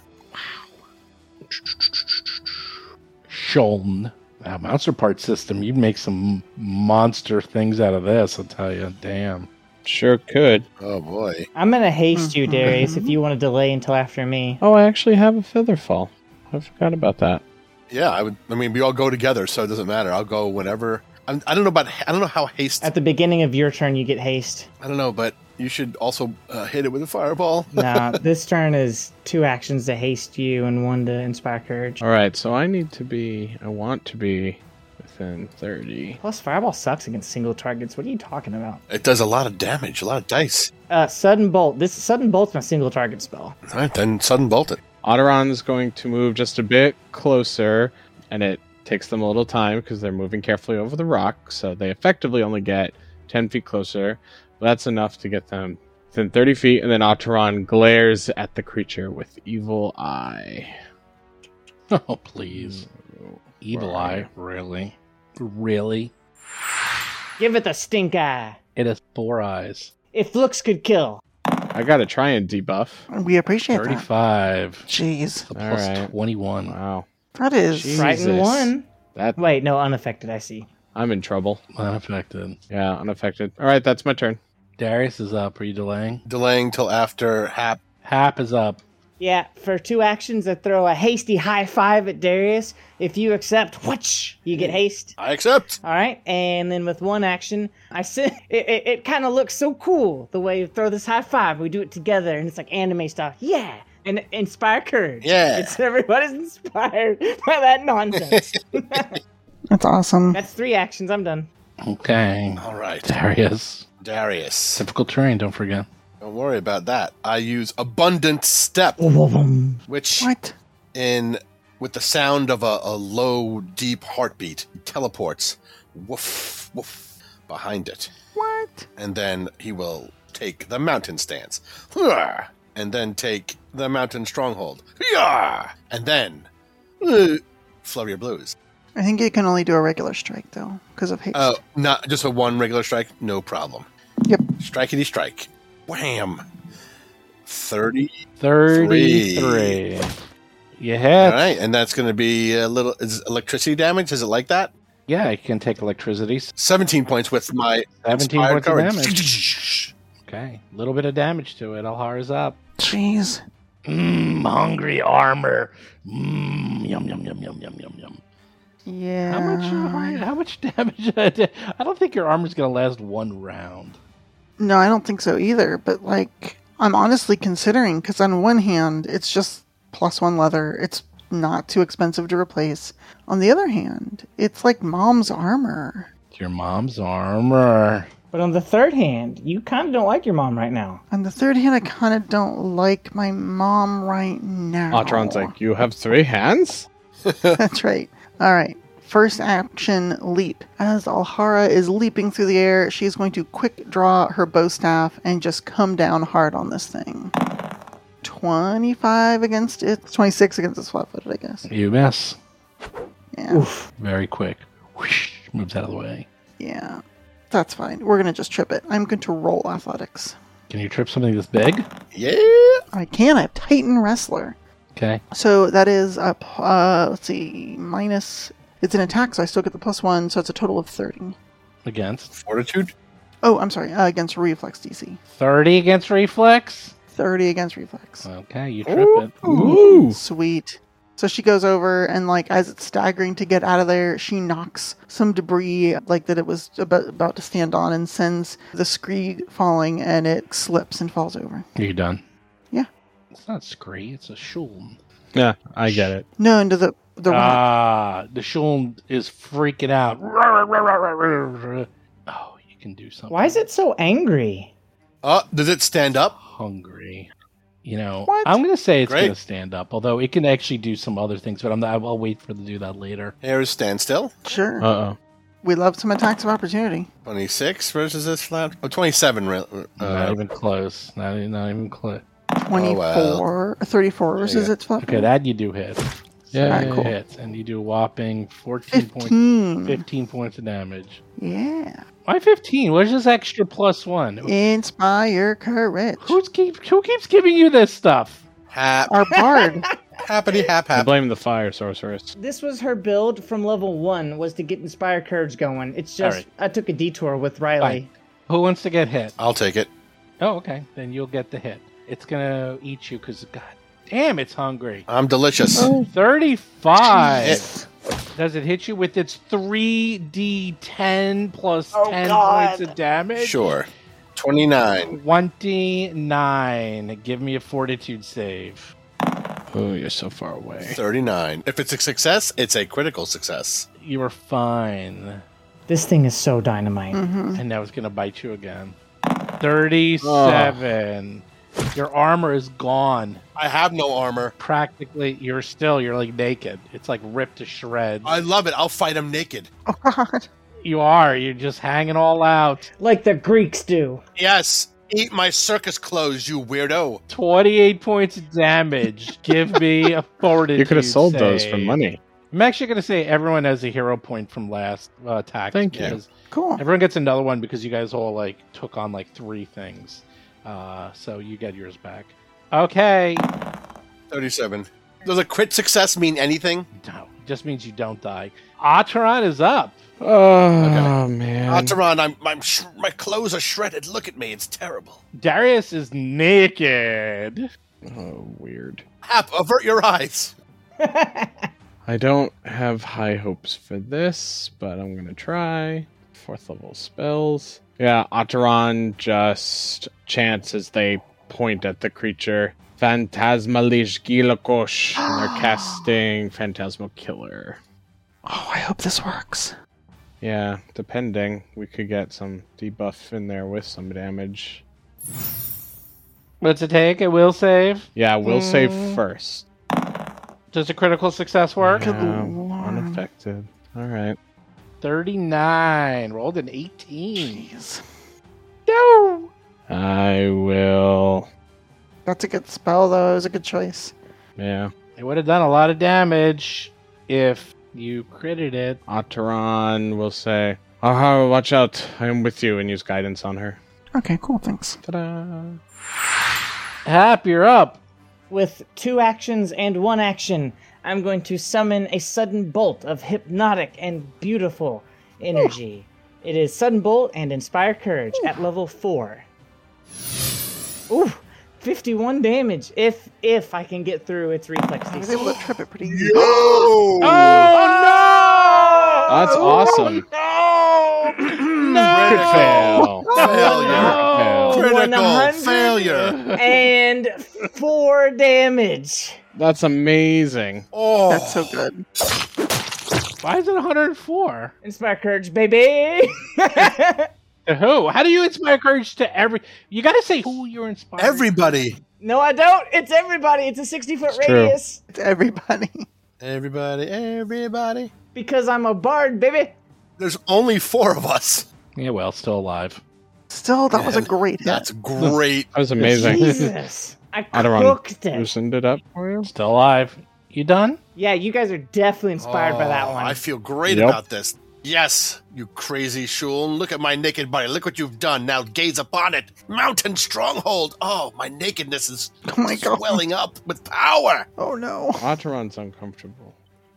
Shuln. That monster part system, you'd make some monster things out of this, I'll tell you. Damn. Sure could. Oh boy. <laughs> I'm gonna haste you, Darius, if you want to delay until after me. Oh, I actually have a feather fall. I forgot about that. Yeah, I would. I mean, we all go together, so it doesn't matter. I'll go whenever. I'm, I don't know about. I don't know how haste. At the beginning of your turn, you get haste. I don't know, but you should also uh, hit it with a fireball. Nah, this turn is two actions to haste you and one to inspire courage. All right, so I need to be. I want to be within thirty. Plus, fireball sucks against single targets. What are you talking about? It does a lot of damage, a lot of dice. Uh, sudden bolt. This sudden bolt's my single target spell. All right, then sudden bolt it. Otteron's going to move just a bit closer, and it takes them a little time because they're moving carefully over the rock, so they effectively only get 10 feet closer. But that's enough to get them within 30 feet, and then Otteron glares at the creature with evil eye. <laughs> Oh, Mm, please. Evil eye. Really? Really? Give it the stink eye. It has four eyes. If looks could kill. I gotta try and debuff. We appreciate that. 35. Jeez, A plus All right. 21. Wow. that is. Jeez. Frightened Jesus. one. That Wait, no, unaffected. I see. I'm in trouble. Unaffected. Yeah, unaffected. All right, that's my turn. Darius is up. Are you delaying? Delaying till after Hap. Hap is up. Yeah, for two actions, I throw a hasty high five at Darius. If you accept, whoosh, you get haste. I accept. All right, and then with one action, I send, <laughs> it. It, it kind of looks so cool the way you throw this high five. We do it together, and it's like anime style. Yeah, and inspire courage. Yeah. it's everybody's <laughs> inspired by that nonsense. That's awesome. That's three actions. I'm done. Okay. All right, Darius. Darius. Typical terrain, don't forget. Don't worry about that. I use abundant step, Oh, which What? in with the sound of a, a low, deep heartbeat teleports, woof, woof, behind it. What? and then he will take the mountain stance. Hurrah! And then take the mountain stronghold. Hurrah! And then uh, flurry of blues. I think it can only do a regular strike though, because of haste. Oh, not just a one regular strike, no problem. Yep. Strikety strike. Wham! 30. 33. You hit. All right, and that's going to be a little is electricity damage. Is it like that? Yeah, it can take electricity. 17 points with my 17 inspired points of courage. damage. Okay. A little bit of damage to it. Alhara's up. Jeez. Mmm, hungry armor. Mmm, yum, yum, yum, yum, yum, yum, yum. Yeah. How much, Um, all right, how much <laughs> damage? I don't think your armor's going to last one round. No, I don't think so either. But like, I'm honestly considering because on one hand, it's just plus one leather. It's not too expensive to replace. On the other hand, it's like mom's armor. It's your mom's armor. But on the third hand, you kind of don't like your mom right now. On the third hand, I kind of don't like my mom right now. Atron's like, you have three hands? <laughs> That's right. All right. First action leap. As Alhara is leaping through the air, she is going to quick draw her bow staff and just come down hard on this thing. 25 against it. 26 against its flat footed, I guess. You miss. Yeah. Very quick. Whoosh, moves out of the way. Yeah. That's fine. We're going to just trip it. I'm going to roll athletics. Can you trip something this big? Yeah. I can. I have Titan Wrestler. Okay. So that is up, uh, let's see, minus. It's an attack, so I still get the plus one, so it's a total of 30. Against. Fortitude. Oh, I'm sorry, uh, against reflex DC. 30 against reflex. 30 against reflex. Okay, you trip it. Ooh. Sweet. So she goes over and like as it's staggering to get out of there, she knocks some debris like that it was about, about to stand on and sends the scree falling and it slips and falls over. Are you done? Yeah. It's not scree, it's a shulm. Yeah, I get <laughs> it. No, into the the rock. Ah, the shulm is freaking out. <laughs> Oh, you can do something. Why is it so angry? Uh, does it stand up? hungry. You know, What? I'm going to say it's Great. going to stand up, although it can actually do some other things, but I'm not, I'll wait for to do that later. Here is standstill. Sure. Uh oh. we love some attacks of opportunity. 26 versus this flat. Oh, 27. re- not Uh, even close. Not, not even close. 24 34 versus its flat. Okay, that you do hit. Yeah, That yeah, yeah. hits, and you do a whopping 14 points, 15. 15 points of damage. Yeah. Why 15? Where's this extra plus one? Inspire courage. Who's keep, who keeps giving you this stuff? hap, Our <laughs> bard. happity hap I hap. blame the fire sorceress. This was her build from level one was to get Inspire Courage going. It's just All right. I took a detour with Riley. Who wants to get hit? I'll take it. Oh, okay. Then you'll get the hit. It's going to eat you because, god damn, it's hungry. I'm delicious. Oh, 35. Hit. Does it hit you with its 3d10 plus 10 points of damage? Sure. 29. 29. Give me a fortitude save. Oh, you're so far away. 39. If it's a success, it's a critical success. You are fine. This thing is so dynamite. hmm And now it's going to bite you again. 37. Your armor is gone. I have no armor. Practically, you're still, you're like naked. It's like ripped to shreds. I love it. I'll fight him naked. Oh, God. you are. You're just hanging all out. Like the Greeks do. Yes. Eat my circus clothes, you weirdo. 28 points of damage. Give me a fortitude <laughs> You could have sold those for save. money. I'm actually going to say everyone has a hero point from last uh, attack. Thank you. because Cool. Everyone gets another one because you guys all like took on like three things, uh, so you get yours back. Okay. 37. Does a crit success mean anything? No, just means you don't die. Ataran is up. Oh, man. Ataran, Ah, I'm, I'm sh- my clothes are shredded. Look at me. It's terrible. Darius is naked. Oh, weird. Hap, avert your eyes. I don't have high hopes for this, but I'm gonna try. Fourth level spells. Yeah, Otteron just chants as they point at the creature. Phantasmalish Gilakosh. and <gasps> They're casting Phantasmal Killer. Oh, I hope this works. Yeah, depending. We could get some debuff in there with some damage. What's it take? It will save. Yeah, we'll save first. Does a critical success work? Good Yeah, lord. Um, unaffected. Alright. 39. Rolled an 18. Jeez. No! I will. That's a good spell, though. It was a good choice. Yeah. It would have done a lot of damage if you critted it. Otteron will say, Aha, watch out. I am with you and use guidance on her. Okay, cool. Thanks. Ta da! Hap, you're up. With two actions and one action, I'm going to summon a sudden bolt of hypnotic and beautiful energy. It is sudden bolt and inspire courage at level four. Ooh, 51 damage if if I can get through <laughs> its reflex I was DC. able to trip it pretty easy. Yo! Oh, That's awesome. <clears throat> Crit fail. Failure. Crit fail. Oh, One Critical hundred. failure. And four damage. That's amazing. Oh, That's so good. Why is it 104? Inspire courage, baby. <laughs> To who? How do you inspire courage to every? You gotta say who you're inspiring. everybody. no, I don't. It's everybody. It's a 60 foot It's true. radius. It's everybody. <laughs> Everybody, everybody. Because I'm a bard, baby. There's only four of us. Yeah, well, still alive. Still, that was a Yeah, great hit. That's great. That was <laughs> amazing. Jesus. I Adaron cooked it. loosened it up for you. Still alive. You done? Yeah, you guys are definitely inspired by that Oh, one. I feel great Yep. about this. Yes, you crazy shul. Look at my naked body. Look what you've done. Now gaze upon it. Mountain stronghold. Oh, my nakedness is Oh my god. swelling up with power. Oh no. Otteron's uncomfortable.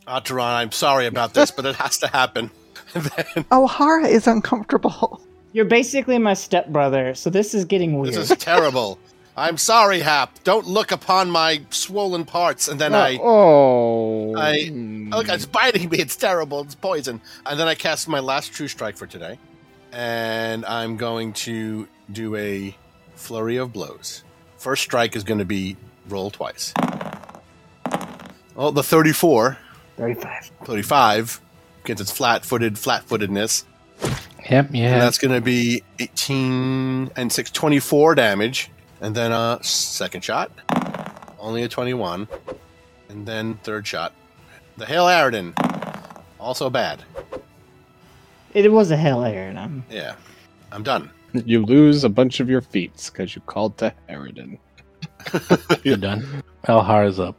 Ataran, I'm sorry about this, but it has to happen. <laughs> And then, O'Hara is uncomfortable. <laughs> You're basically my stepbrother, so this is getting weird. this is terrible. I'm sorry, Hap. Don't look upon my swollen parts. And then I. oh. I- Hmm. Oh, Look, it's biting me. It's terrible. It's poison. And then I cast my last true strike for today. And I'm going to do a flurry of blows. First strike is going to be roll twice. Oh, the 34, 35. 35, gets its flat footed, flat footedness. Yep. Yeah. And that's going to be 18 and 6, 24 damage. And then uh, second shot, only a 21. And then third shot. The Hail Aridin, also bad. It was a hell Aaron. I'm Yeah, I'm done. You lose a bunch of your feats because you called to Harridan. You're done. Elhar is up.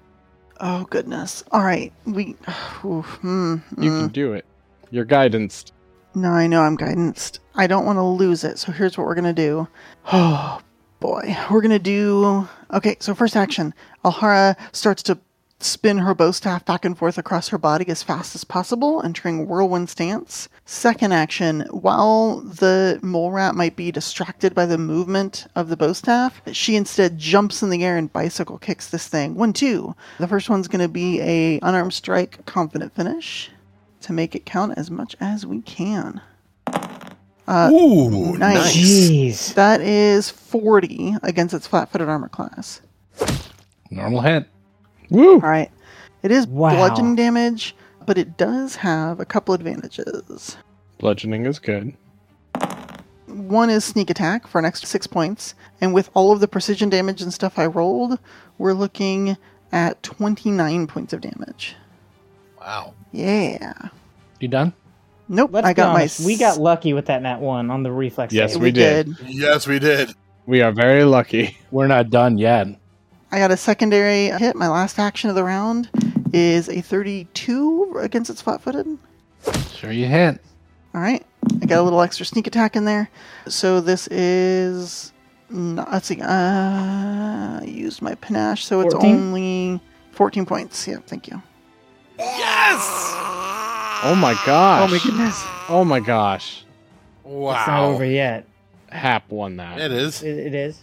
Oh goodness. All right. We. <sighs> Oof, hmm, You hmm. can do it. You're guidanced. No, I know I'm guidanced. I don't want to lose it, so here's what we're gonna do. Oh boy, we're gonna do. Okay, so first action. Alhara starts to spin her bow staff back and forth across her body as fast as possible, entering whirlwind stance. Second action. While the mole rat might be distracted by the movement of the bow staff, she instead jumps in the air and bicycle kicks this thing. One, two. The first one's gonna be a unarmed strike, confident finish to make it count as much as we can. Uh, Ooh, nice. Jeez. That is 40 against its flat footed armor class. Normal hit. Woo! All right. It is Wow. bludgeoning damage, but it does have a couple advantages. Bludgeoning is good. One is sneak attack for an extra six points. And with all of the precision damage and stuff I rolled, we're looking at 29 points of damage. Wow. Yeah. You done? Nope. Let's I got be my. honest, We got lucky with that nat one on the reflex. Yes, save. we did. Yes, we did. We are very lucky. We're not done yet. I got a secondary hit. My last action of the round is a 32 against its flat footed. Sure, you hit. All right. I got a little extra sneak attack in there. So this is. No, let's see. Uh, I used my panache, so it's 14? only 14 points. Yeah, thank you. Oh my gosh. goodness. Oh my gosh. Wow. It's not over yet. Hap won that. It is. It, it is.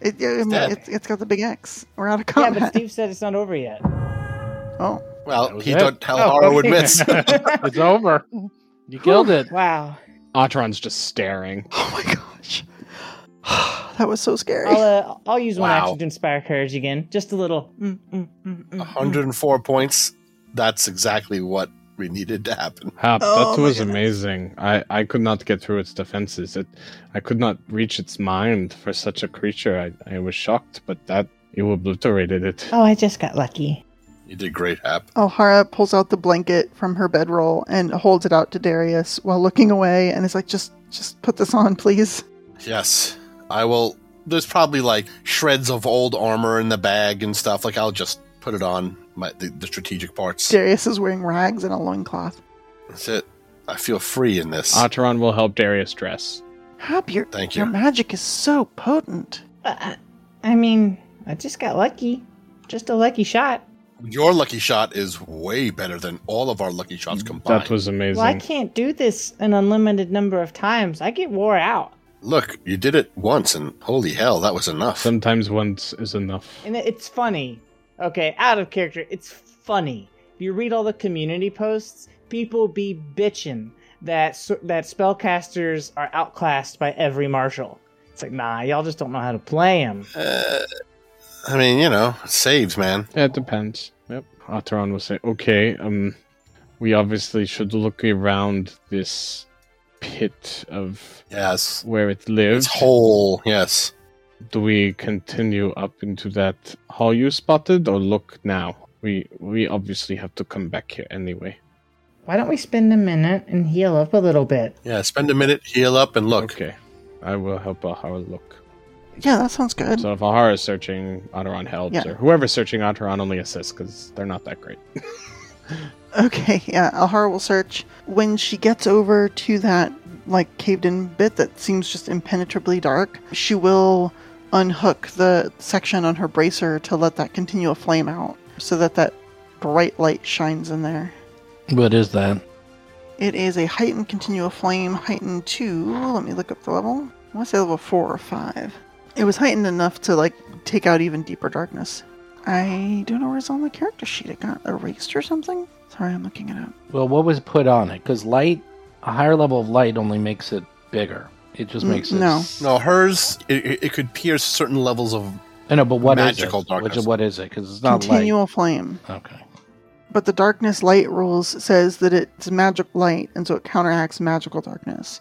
It, it, Step. it, has got the big X. We're out of Yeah, <laughs> combat. but Steve said it's not <laughs> over yet. oh, Well, was he it. don't tell Oh, Haro okay. <laughs> admits. It's over. You killed it. Wow. Atron's just staring. oh my gosh, <sighs> that was so scary. I'll uh, I'll use one Wow. action to inspire courage again. Just a little. Mm, mm, mm, mm, mm. 104 points. That's exactly what we needed to happen. Hap, Oh that my was goodness. amazing. I, I could not get through its defenses. It, I could not reach its mind for such a creature. I, I was shocked, but that you obliterated it. Oh, I just got lucky. You did great, Hap. Alhara Oh, pulls out the blanket from her bedroll and holds it out to Darius while looking away, and is like, "Just, just put this on, please." <laughs> Yes, I will. There's probably like shreds of old armor in the bag and stuff. Like I'll just put it on my the, the strategic parts. Darius is wearing rags and a loincloth. That's it. I feel free in this. Atron will help Darius dress. Hop, your Thank your you. magic is so potent. Uh, I mean, I just got lucky. Just a lucky shot. Your lucky shot is way better than all of our lucky shots combined. That was amazing. Well, I can't do this an unlimited number of times. I get wore out, Look, you did it once, and holy hell, that was enough. Sometimes once is enough. and it- it's funny. Okay, out of character. It's funny. If you read all the community posts, people be bitching that s- that spellcasters are outclassed by every marshal. It's like, nah, y'all just don't know how to play them. Uh, I mean, you know, saves, man. Yeah, it depends. Yep. Atron will say, okay, um, we obviously should look around this pit of Yes. where it lives. It's whole, yes. Do we continue up into that hall you spotted, or look now? We we obviously have to come back here anyway. Why don't we spend a minute and heal up a little bit? Yeah, spend a minute, heal up, and look. Okay, I will help Ahara look. Yeah, that sounds good. So if Ahara is searching, Ataran helps, Yeah. or whoever's searching Ataran only assists because they're not that great. Okay, yeah, Alhara will search. When she gets over to that, like, caved in bit that seems just impenetrably dark, she will unhook the section on her bracer to let that continual flame out so that that bright light shines in there. What is that? It is a heightened continual flame, heightened two. Let me look up the level. I want to say level four or five. It was heightened enough to, like, take out even deeper darkness. I don't know where it's on the character sheet. It got erased or something? Sorry, I'm looking it up. Well, what was put on it? Because light, a higher level of light only makes it bigger. It just Mm, makes it. no. No, hers, it- it, it could pierce certain levels of. I know, but what is Magical it? darkness. Which- what is it? Because it's not continual flame. light. Okay. But the darkness light rules says that it's magic light, and so it counteracts magical darkness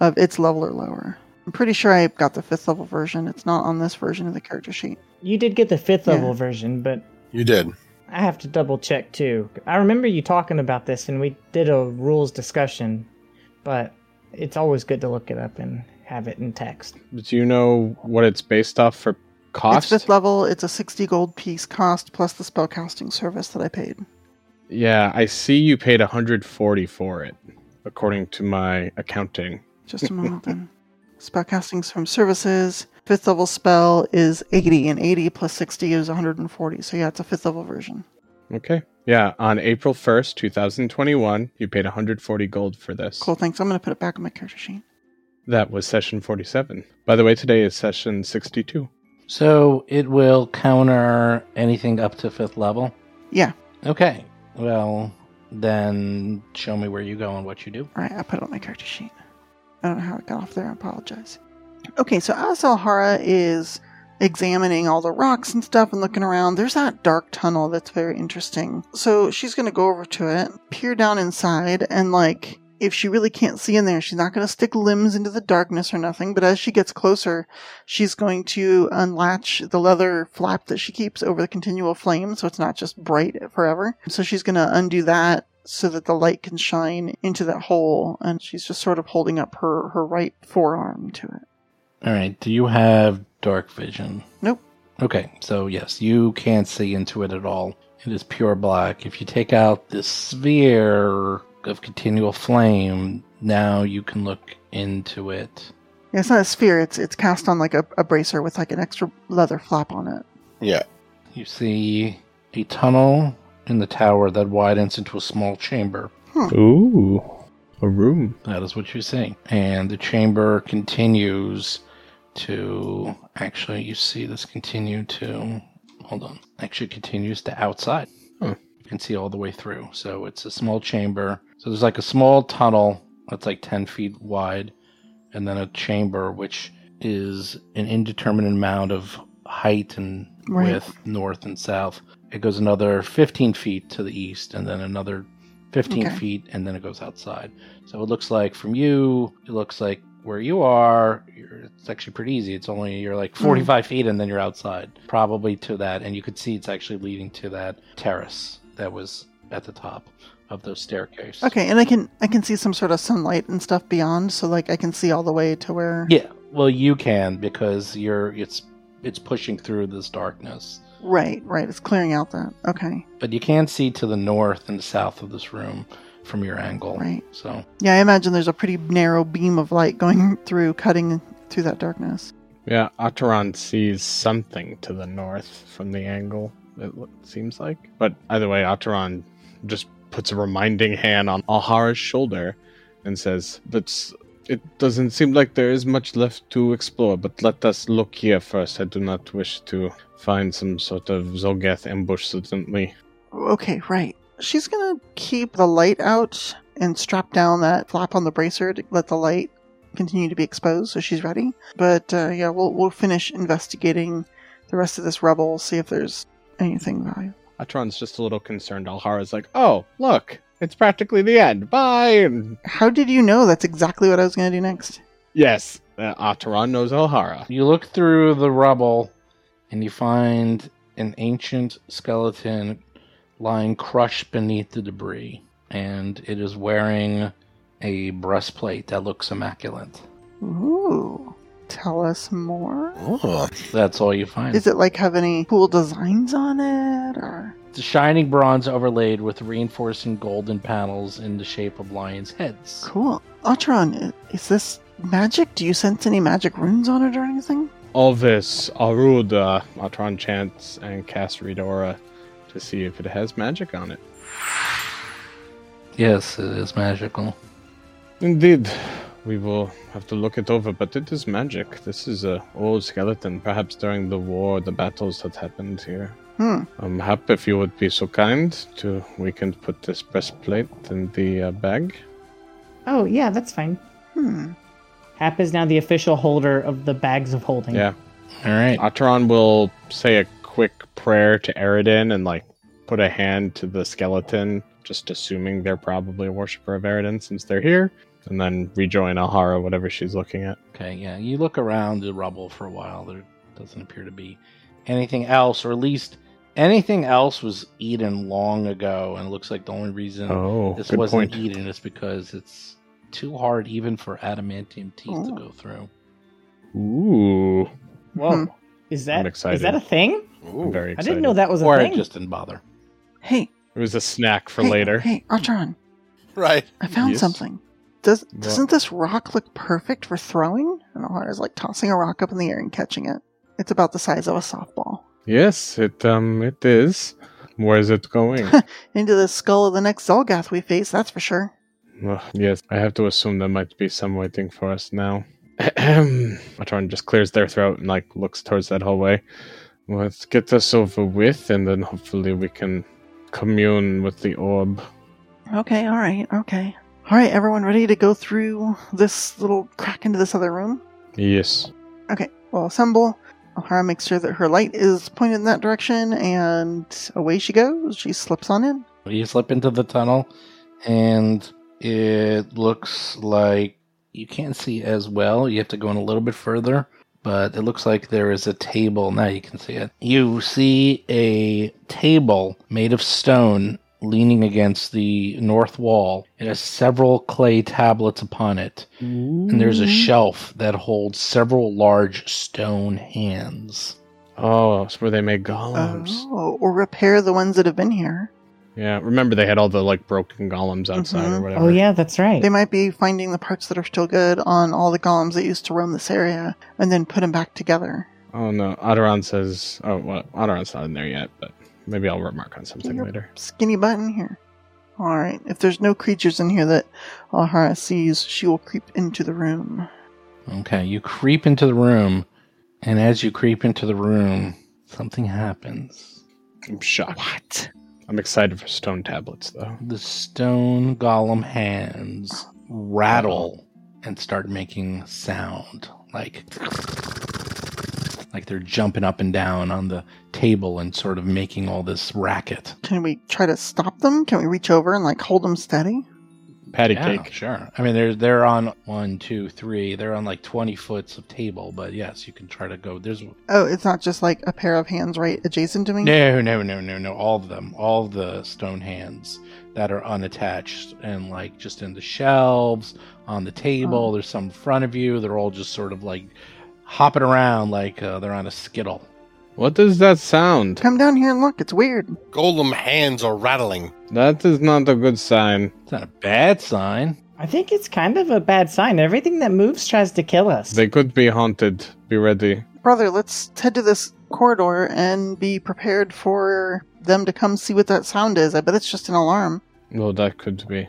of its level or lower. I'm pretty sure I got the fifth level version. It's not on this version of the character sheet. You did get the fifth Yeah. level version, but You did. I have to double check too. I remember you talking about this, and we did a rules discussion, but it's always good to look it up and have it in text. Do you know what it's based off for cost? It's fifth level. It's a 60 gold piece cost plus the spellcasting service that I paid. Yeah, I see you paid 140 for it, according to my accounting. Just a moment then. Spellcasting's from services. Fifth level spell is 80, and 80 plus 60 is 140. So yeah, it's a fifth level version. Okay. Yeah, on April 1st, 2021, you paid 140 gold for this. Cool, thanks. I'm going to put it back on my character sheet. That was session 47. By the way, today is session 62. So it will counter anything up to fifth level. Yeah. Okay. Well, then show me where you go and what you do. All right, I put it on my character sheet. I don't know how it got off there. I apologize. Okay, so as Alhara is examining all the rocks and stuff and looking around, there's that dark tunnel that's very interesting. So she's going to go over to it, peer down inside, and like, if she really can't see in there, she's not going to stick limbs into the darkness or nothing. But as she gets closer, she's going to unlatch the leather flap that she keeps over the continual flame so it's not just bright forever. So she's going to undo that so that the light can shine into that hole and she's just sort of holding up her her right forearm to it. All right. Do you have dark vision? Nope. Okay. So, yes, you can't see into it at all. It is pure black. If you take out this sphere of continual flame, now you can look into it. Yeah, it's not a sphere, it's it's cast on like a, a bracer with like an extra leather flap on it. Yeah. You see a tunnel in the tower that widens into a small chamber. Ooh, a room. That is what you see. And the chamber continues to actually you see this continue to hold on actually continues to outside Hmm. Huh. you can see all the way through so it's a small chamber so there's like a small tunnel that's like 10 feet wide and then a chamber which is an indeterminate amount of height and Right. width north and south it goes another 15 feet to the east and then another 15 Okay. feet and then it goes outside so it looks like from you, it looks like where you are, you're, it's actually pretty easy. It's only you're like Hmm. 45 feet and then you're outside, probably to that. And you could see it's actually leading to that terrace that was at the top of those staircase. Okay, and I can I can see some sort of sunlight and stuff beyond, so like I can see all the way to where. Yeah. Well, you can because you're it's it's pushing through this darkness. Right, right. It's clearing out that. Okay, But you can see to the north and the south of this room from your angle. right. So Yeah, I imagine there's a pretty narrow beam of light going through, cutting through that darkness. Yeah, Ataran sees something to the north from the angle, it lo- seems like. But either way, Ataran just puts a reminding hand on Alhara's shoulder and says, That's, It doesn't seem like there is much left to explore, but let us look here first. I do not wish to find some sort of Zolgath ambush suddenly. Okay, right. She's gonna keep the light out and strap down that flap on the bracer to let the light continue to be exposed, so she's ready. But uh, yeah, we'll we'll finish investigating the rest of this rubble, see if there's anything valuable. Ataran's just a little concerned. Alhara's like, Oh, look, it's practically the end. Bye! And How did you know that's exactly what I was gonna do next? yes, uh, Ataran knows Alhara. You look through the rubble and you find an ancient skeleton lying crushed beneath the debris. And it is wearing a breastplate that looks immaculate. Ooh, tell us more. Oh, That's all you find. Is it like have any cool designs on it, or It's shining bronze overlaid with reinforcing golden panels in the shape of lions' heads. cool? Atron, i- is this magic? Do you sense any magic runes on it or anything? Alvis, Aruda, Matron Chance, and Cast Read Aura to see if it has magic on it. Yes, it is magical. Indeed, we will have to look it over, but it is magic. This is a old skeleton, perhaps during the war, the battles that happened here. Hmm. Um, Hap, if you would be so kind to, we can put this breastplate in the uh, bag. Oh, yeah, that's fine. Hmm. Hap is now the official holder of the bags of holding. Yeah, All right. Atron will say a quick prayer to Eridan and like put a hand to the skeleton, just assuming they're probably a worshiper of Eridan since they're here, and then rejoin Alhara, whatever she's looking at. Okay, yeah. You look around the rubble for a while. There doesn't appear to be anything else, or at least anything else was eaten long ago. And it looks like the only reason Oh, this good wasn't point. eaten is because it's too hard even for adamantium teeth to Oh. go through. Ooh, Whoa. Hmm. Is that I'm excited. is that a thing? I'm very I excited. didn't know that was a Or thing. it just didn't bother. Hey, It was a snack for hey, later. Hey, Atron, right. I found Yes? something. Does What? doesn't this rock look perfect for throwing? And Alhara's like tossing a rock up in the air and catching it. It's about the size of a softball. Yes, it um, it is. Where is it going? Into the skull of the next Zolgath we face, that's for sure. Ugh, yes, I have to assume there might be some waiting for us now. <clears throat> Matron just clears their throat and like looks towards that hallway. Let's get this over with, and then hopefully we can commune with the orb. Okay, all right, okay. All right, everyone ready to go through this little crack into this other room? Yes. Okay, well, assemble. O'Hara makes sure that her light is pointed in that direction, and away she goes. She slips on in. You slip into the tunnel, and it looks like you can't see as well. You have to go in a little bit further, but it looks like there is a table. Now you can see it. You see a table made of stone leaning against the north wall. It has several clay tablets upon it, and there's Mm-hmm. a shelf that holds several large stone hands. Oh, it's where they made golems. Oh, or repair the ones that have been here. Yeah, remember they had all the like broken golems outside or Mhm. whatever. oh yeah, that's right. They might be finding the parts that are still good on all the golems that used to roam this area and then put them back together. Oh no, Adaran says. Oh, well, Adaran's not in there yet, but maybe I'll remark on something Yep. later. Skinny button here. All right. If there's no creatures in here that Alhara sees, she will creep into the room. Okay, you creep into the room, and as you creep into the room, something happens. I'm shocked. What? I'm excited for stone tablets, though. The stone golem hands rattle and start making sound like like they're jumping up and down on the table and sort of making all this racket. Can we try to stop them? Can we reach over and like hold them steady? Patty Yeah, cake. sure. I mean, they're they're on one, two, three. They're on like twenty foots of table, but yes, you can try to go. There's Oh, it's not just like a pair of hands right adjacent to me. No, no, no, no, no. All of them. All of the stone hands that are unattached and like just in the shelves, on the table. Oh. There's some in front of you. They're all just sort of like hopping around like uh, they're on a skittle. What does that sound? Come down here and look. It's weird. Golem hands are rattling. That is not a good sign. It's not a bad sign. I think it's kind of a bad sign. Everything that moves tries to kill us. They could be haunted. Be ready. Brother, let's head to this corridor and be prepared for them to come see what that sound is. I bet it's just an alarm. Well, that could be.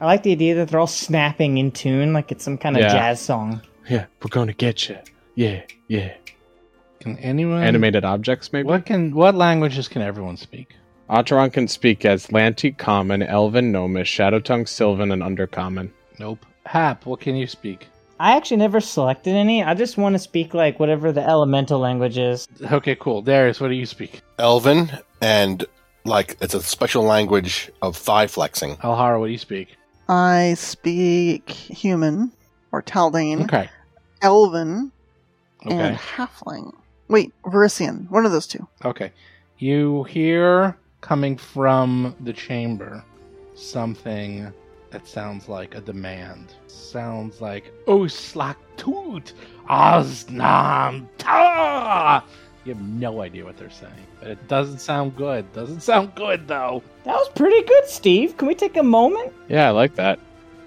I like the idea that they're all snapping in tune, like it's some kind of Yeah. jazz song. Yeah, we're gonna get you. Yeah, yeah. Can anyone Um, Animated objects, maybe? What can what languages can everyone speak? Acheron can speak as Lanty, Common, Elven, Gnomish, Shadowtongue, Sylvan, and Undercommon. Nope. Hap, what can you speak? I actually never selected any. I just want to speak like whatever the elemental language is. Okay, cool. Darius, what do you speak? Elven and like it's a special language of thigh flexing. Alhara, what do you speak? I speak human or Taldane, Okay. Elven, Okay. and Halfling. Wait, Verisian. One of those two. Okay. You hear coming from the chamber something that sounds like a demand. Sounds like "Oh, Oslaktut Aznam Ta. You have no idea what they're saying, but it doesn't sound good. Doesn't sound good though. That was pretty good, Steve. Can we take a moment? Yeah, I like that.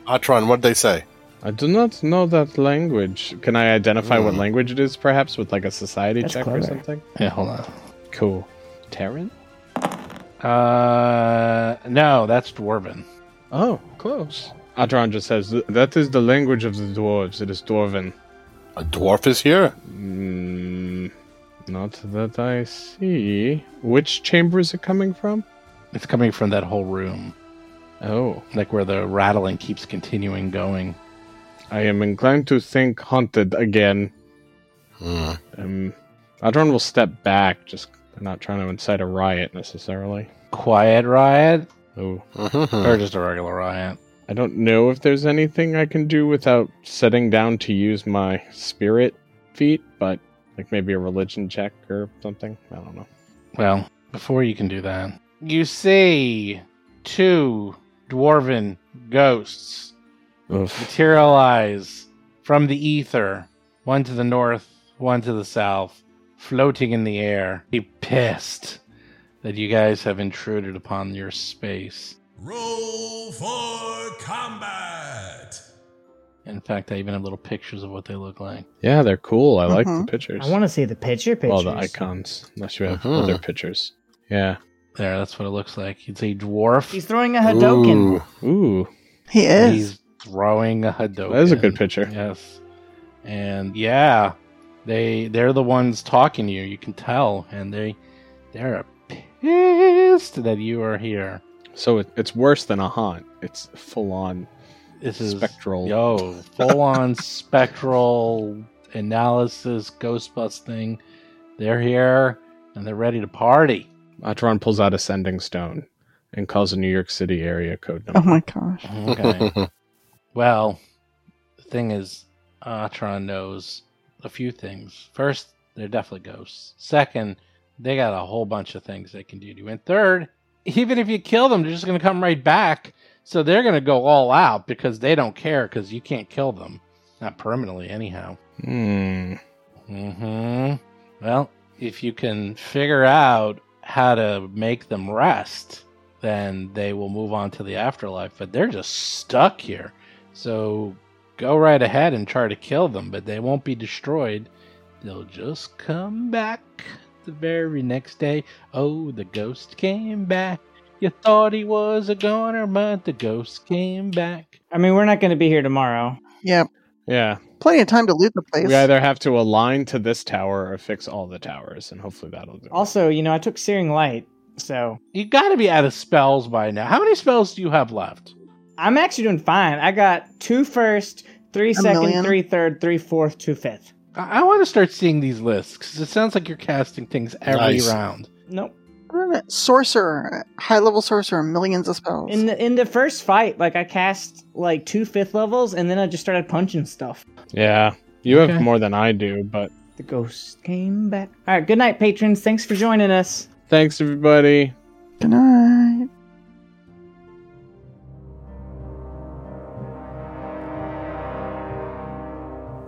Atron, what'd they say? I do not know that language. Can I identify what Mm. language it is, perhaps, with like a society That's check clever. or something? Yeah, hold on. Cool. Terran? Uh, no, that's Dwarven. Oh, close. Atron just says, That is the language of the dwarves. It is Dwarven. A dwarf is here? Mm, not that I see. Which chamber is it coming from? It's coming from that whole room, Oh, like where the rattling keeps continuing going. I am inclined to think haunted again. Hmm. <laughs> Um, Adron will step back, just not trying to incite a riot necessarily. Quiet riot Oh, Mhm. or just a regular riot. I don't know if there's anything I can do without setting down to use my spirit feat, but like maybe a religion check or something. I don't know. Well, before you can do that, you see two dwarven ghosts Oof. materialize from the ether, one to the north, one to the south, floating in the air. Be pissed that you guys have intruded upon your space. Roll for combat. In fact, I even have little pictures of what they look like. Yeah, they're cool. I like the Mhm. pictures. Uh-huh. I want to see the picture pictures. Well, the icons, unless you have Mhm. other pictures. Yeah. There, that's what it looks like. It's a dwarf. He's throwing a Hadoken. Ooh. Ooh, He and is. He's throwing a Hadoken. Eh. that is a good picture. Yes. And yeah, they they're the ones talking to you. You can tell, and they they're pissed that you are here. So it, it's worse than a haunt. It's full on This is spectral. yo full <laughs> on spectral analysis ghost busting. They're here and they're ready to party. Atron pulls out a sending stone and calls a New York City area code Oh number. my gosh. Okay. well, the thing is, Atron knows a few things. First, they're definitely ghosts. Second, they got a whole bunch of things they can do to you. And third, even if you kill them, they're just going to come right back. So they're going to go all out because they don't care because you can't kill them. Not permanently, anyhow. Hmm. hmm Well, if you can figure out how to make them rest, then they will move on to the afterlife. But they're just stuck here. So go right ahead and try to kill them, but they won't be destroyed. They'll just come back the very next day. Oh, the ghost came back. You thought he was a goner, but the ghost came back. I mean, we're not going to be here tomorrow. Yeah. Yeah. Plenty of time to loot the place. We either have to align to this tower or fix all the towers, and hopefully that'll do. it. Also, you know, I took Searing Light, so You got to be out of spells by now. How many spells do you have left? I'm actually doing fine. I got two first, three second, million. three third, three fourth, two fifth. I, I want to start seeing these lists 'cause it sounds like you're casting things every Nice. round. Nope. sorcerer, high level sorcerer, millions of spells. In the in the first fight, like I cast like two fifth levels, and then I just started punching stuff. Yeah, you Okay. have more than I do, but The ghost came back. All right. Good night, patrons. Thanks for joining us. thanks everybody. Good night.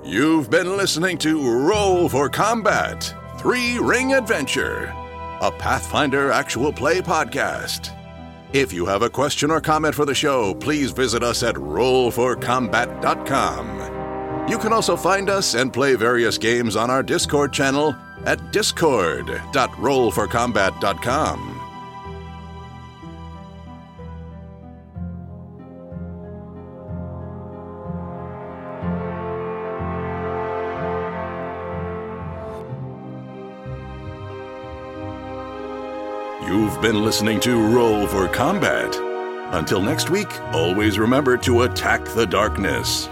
You've been listening to Roll for Combat Three Ring Adventure, a Pathfinder actual play podcast. If you have a question or comment for the show, please visit us at rollforcombat.com. You can also find us and play various games on our Discord channel at discord.rollforcombat.com. You've been listening to Roll for Combat. Until next week, always remember to attack the darkness.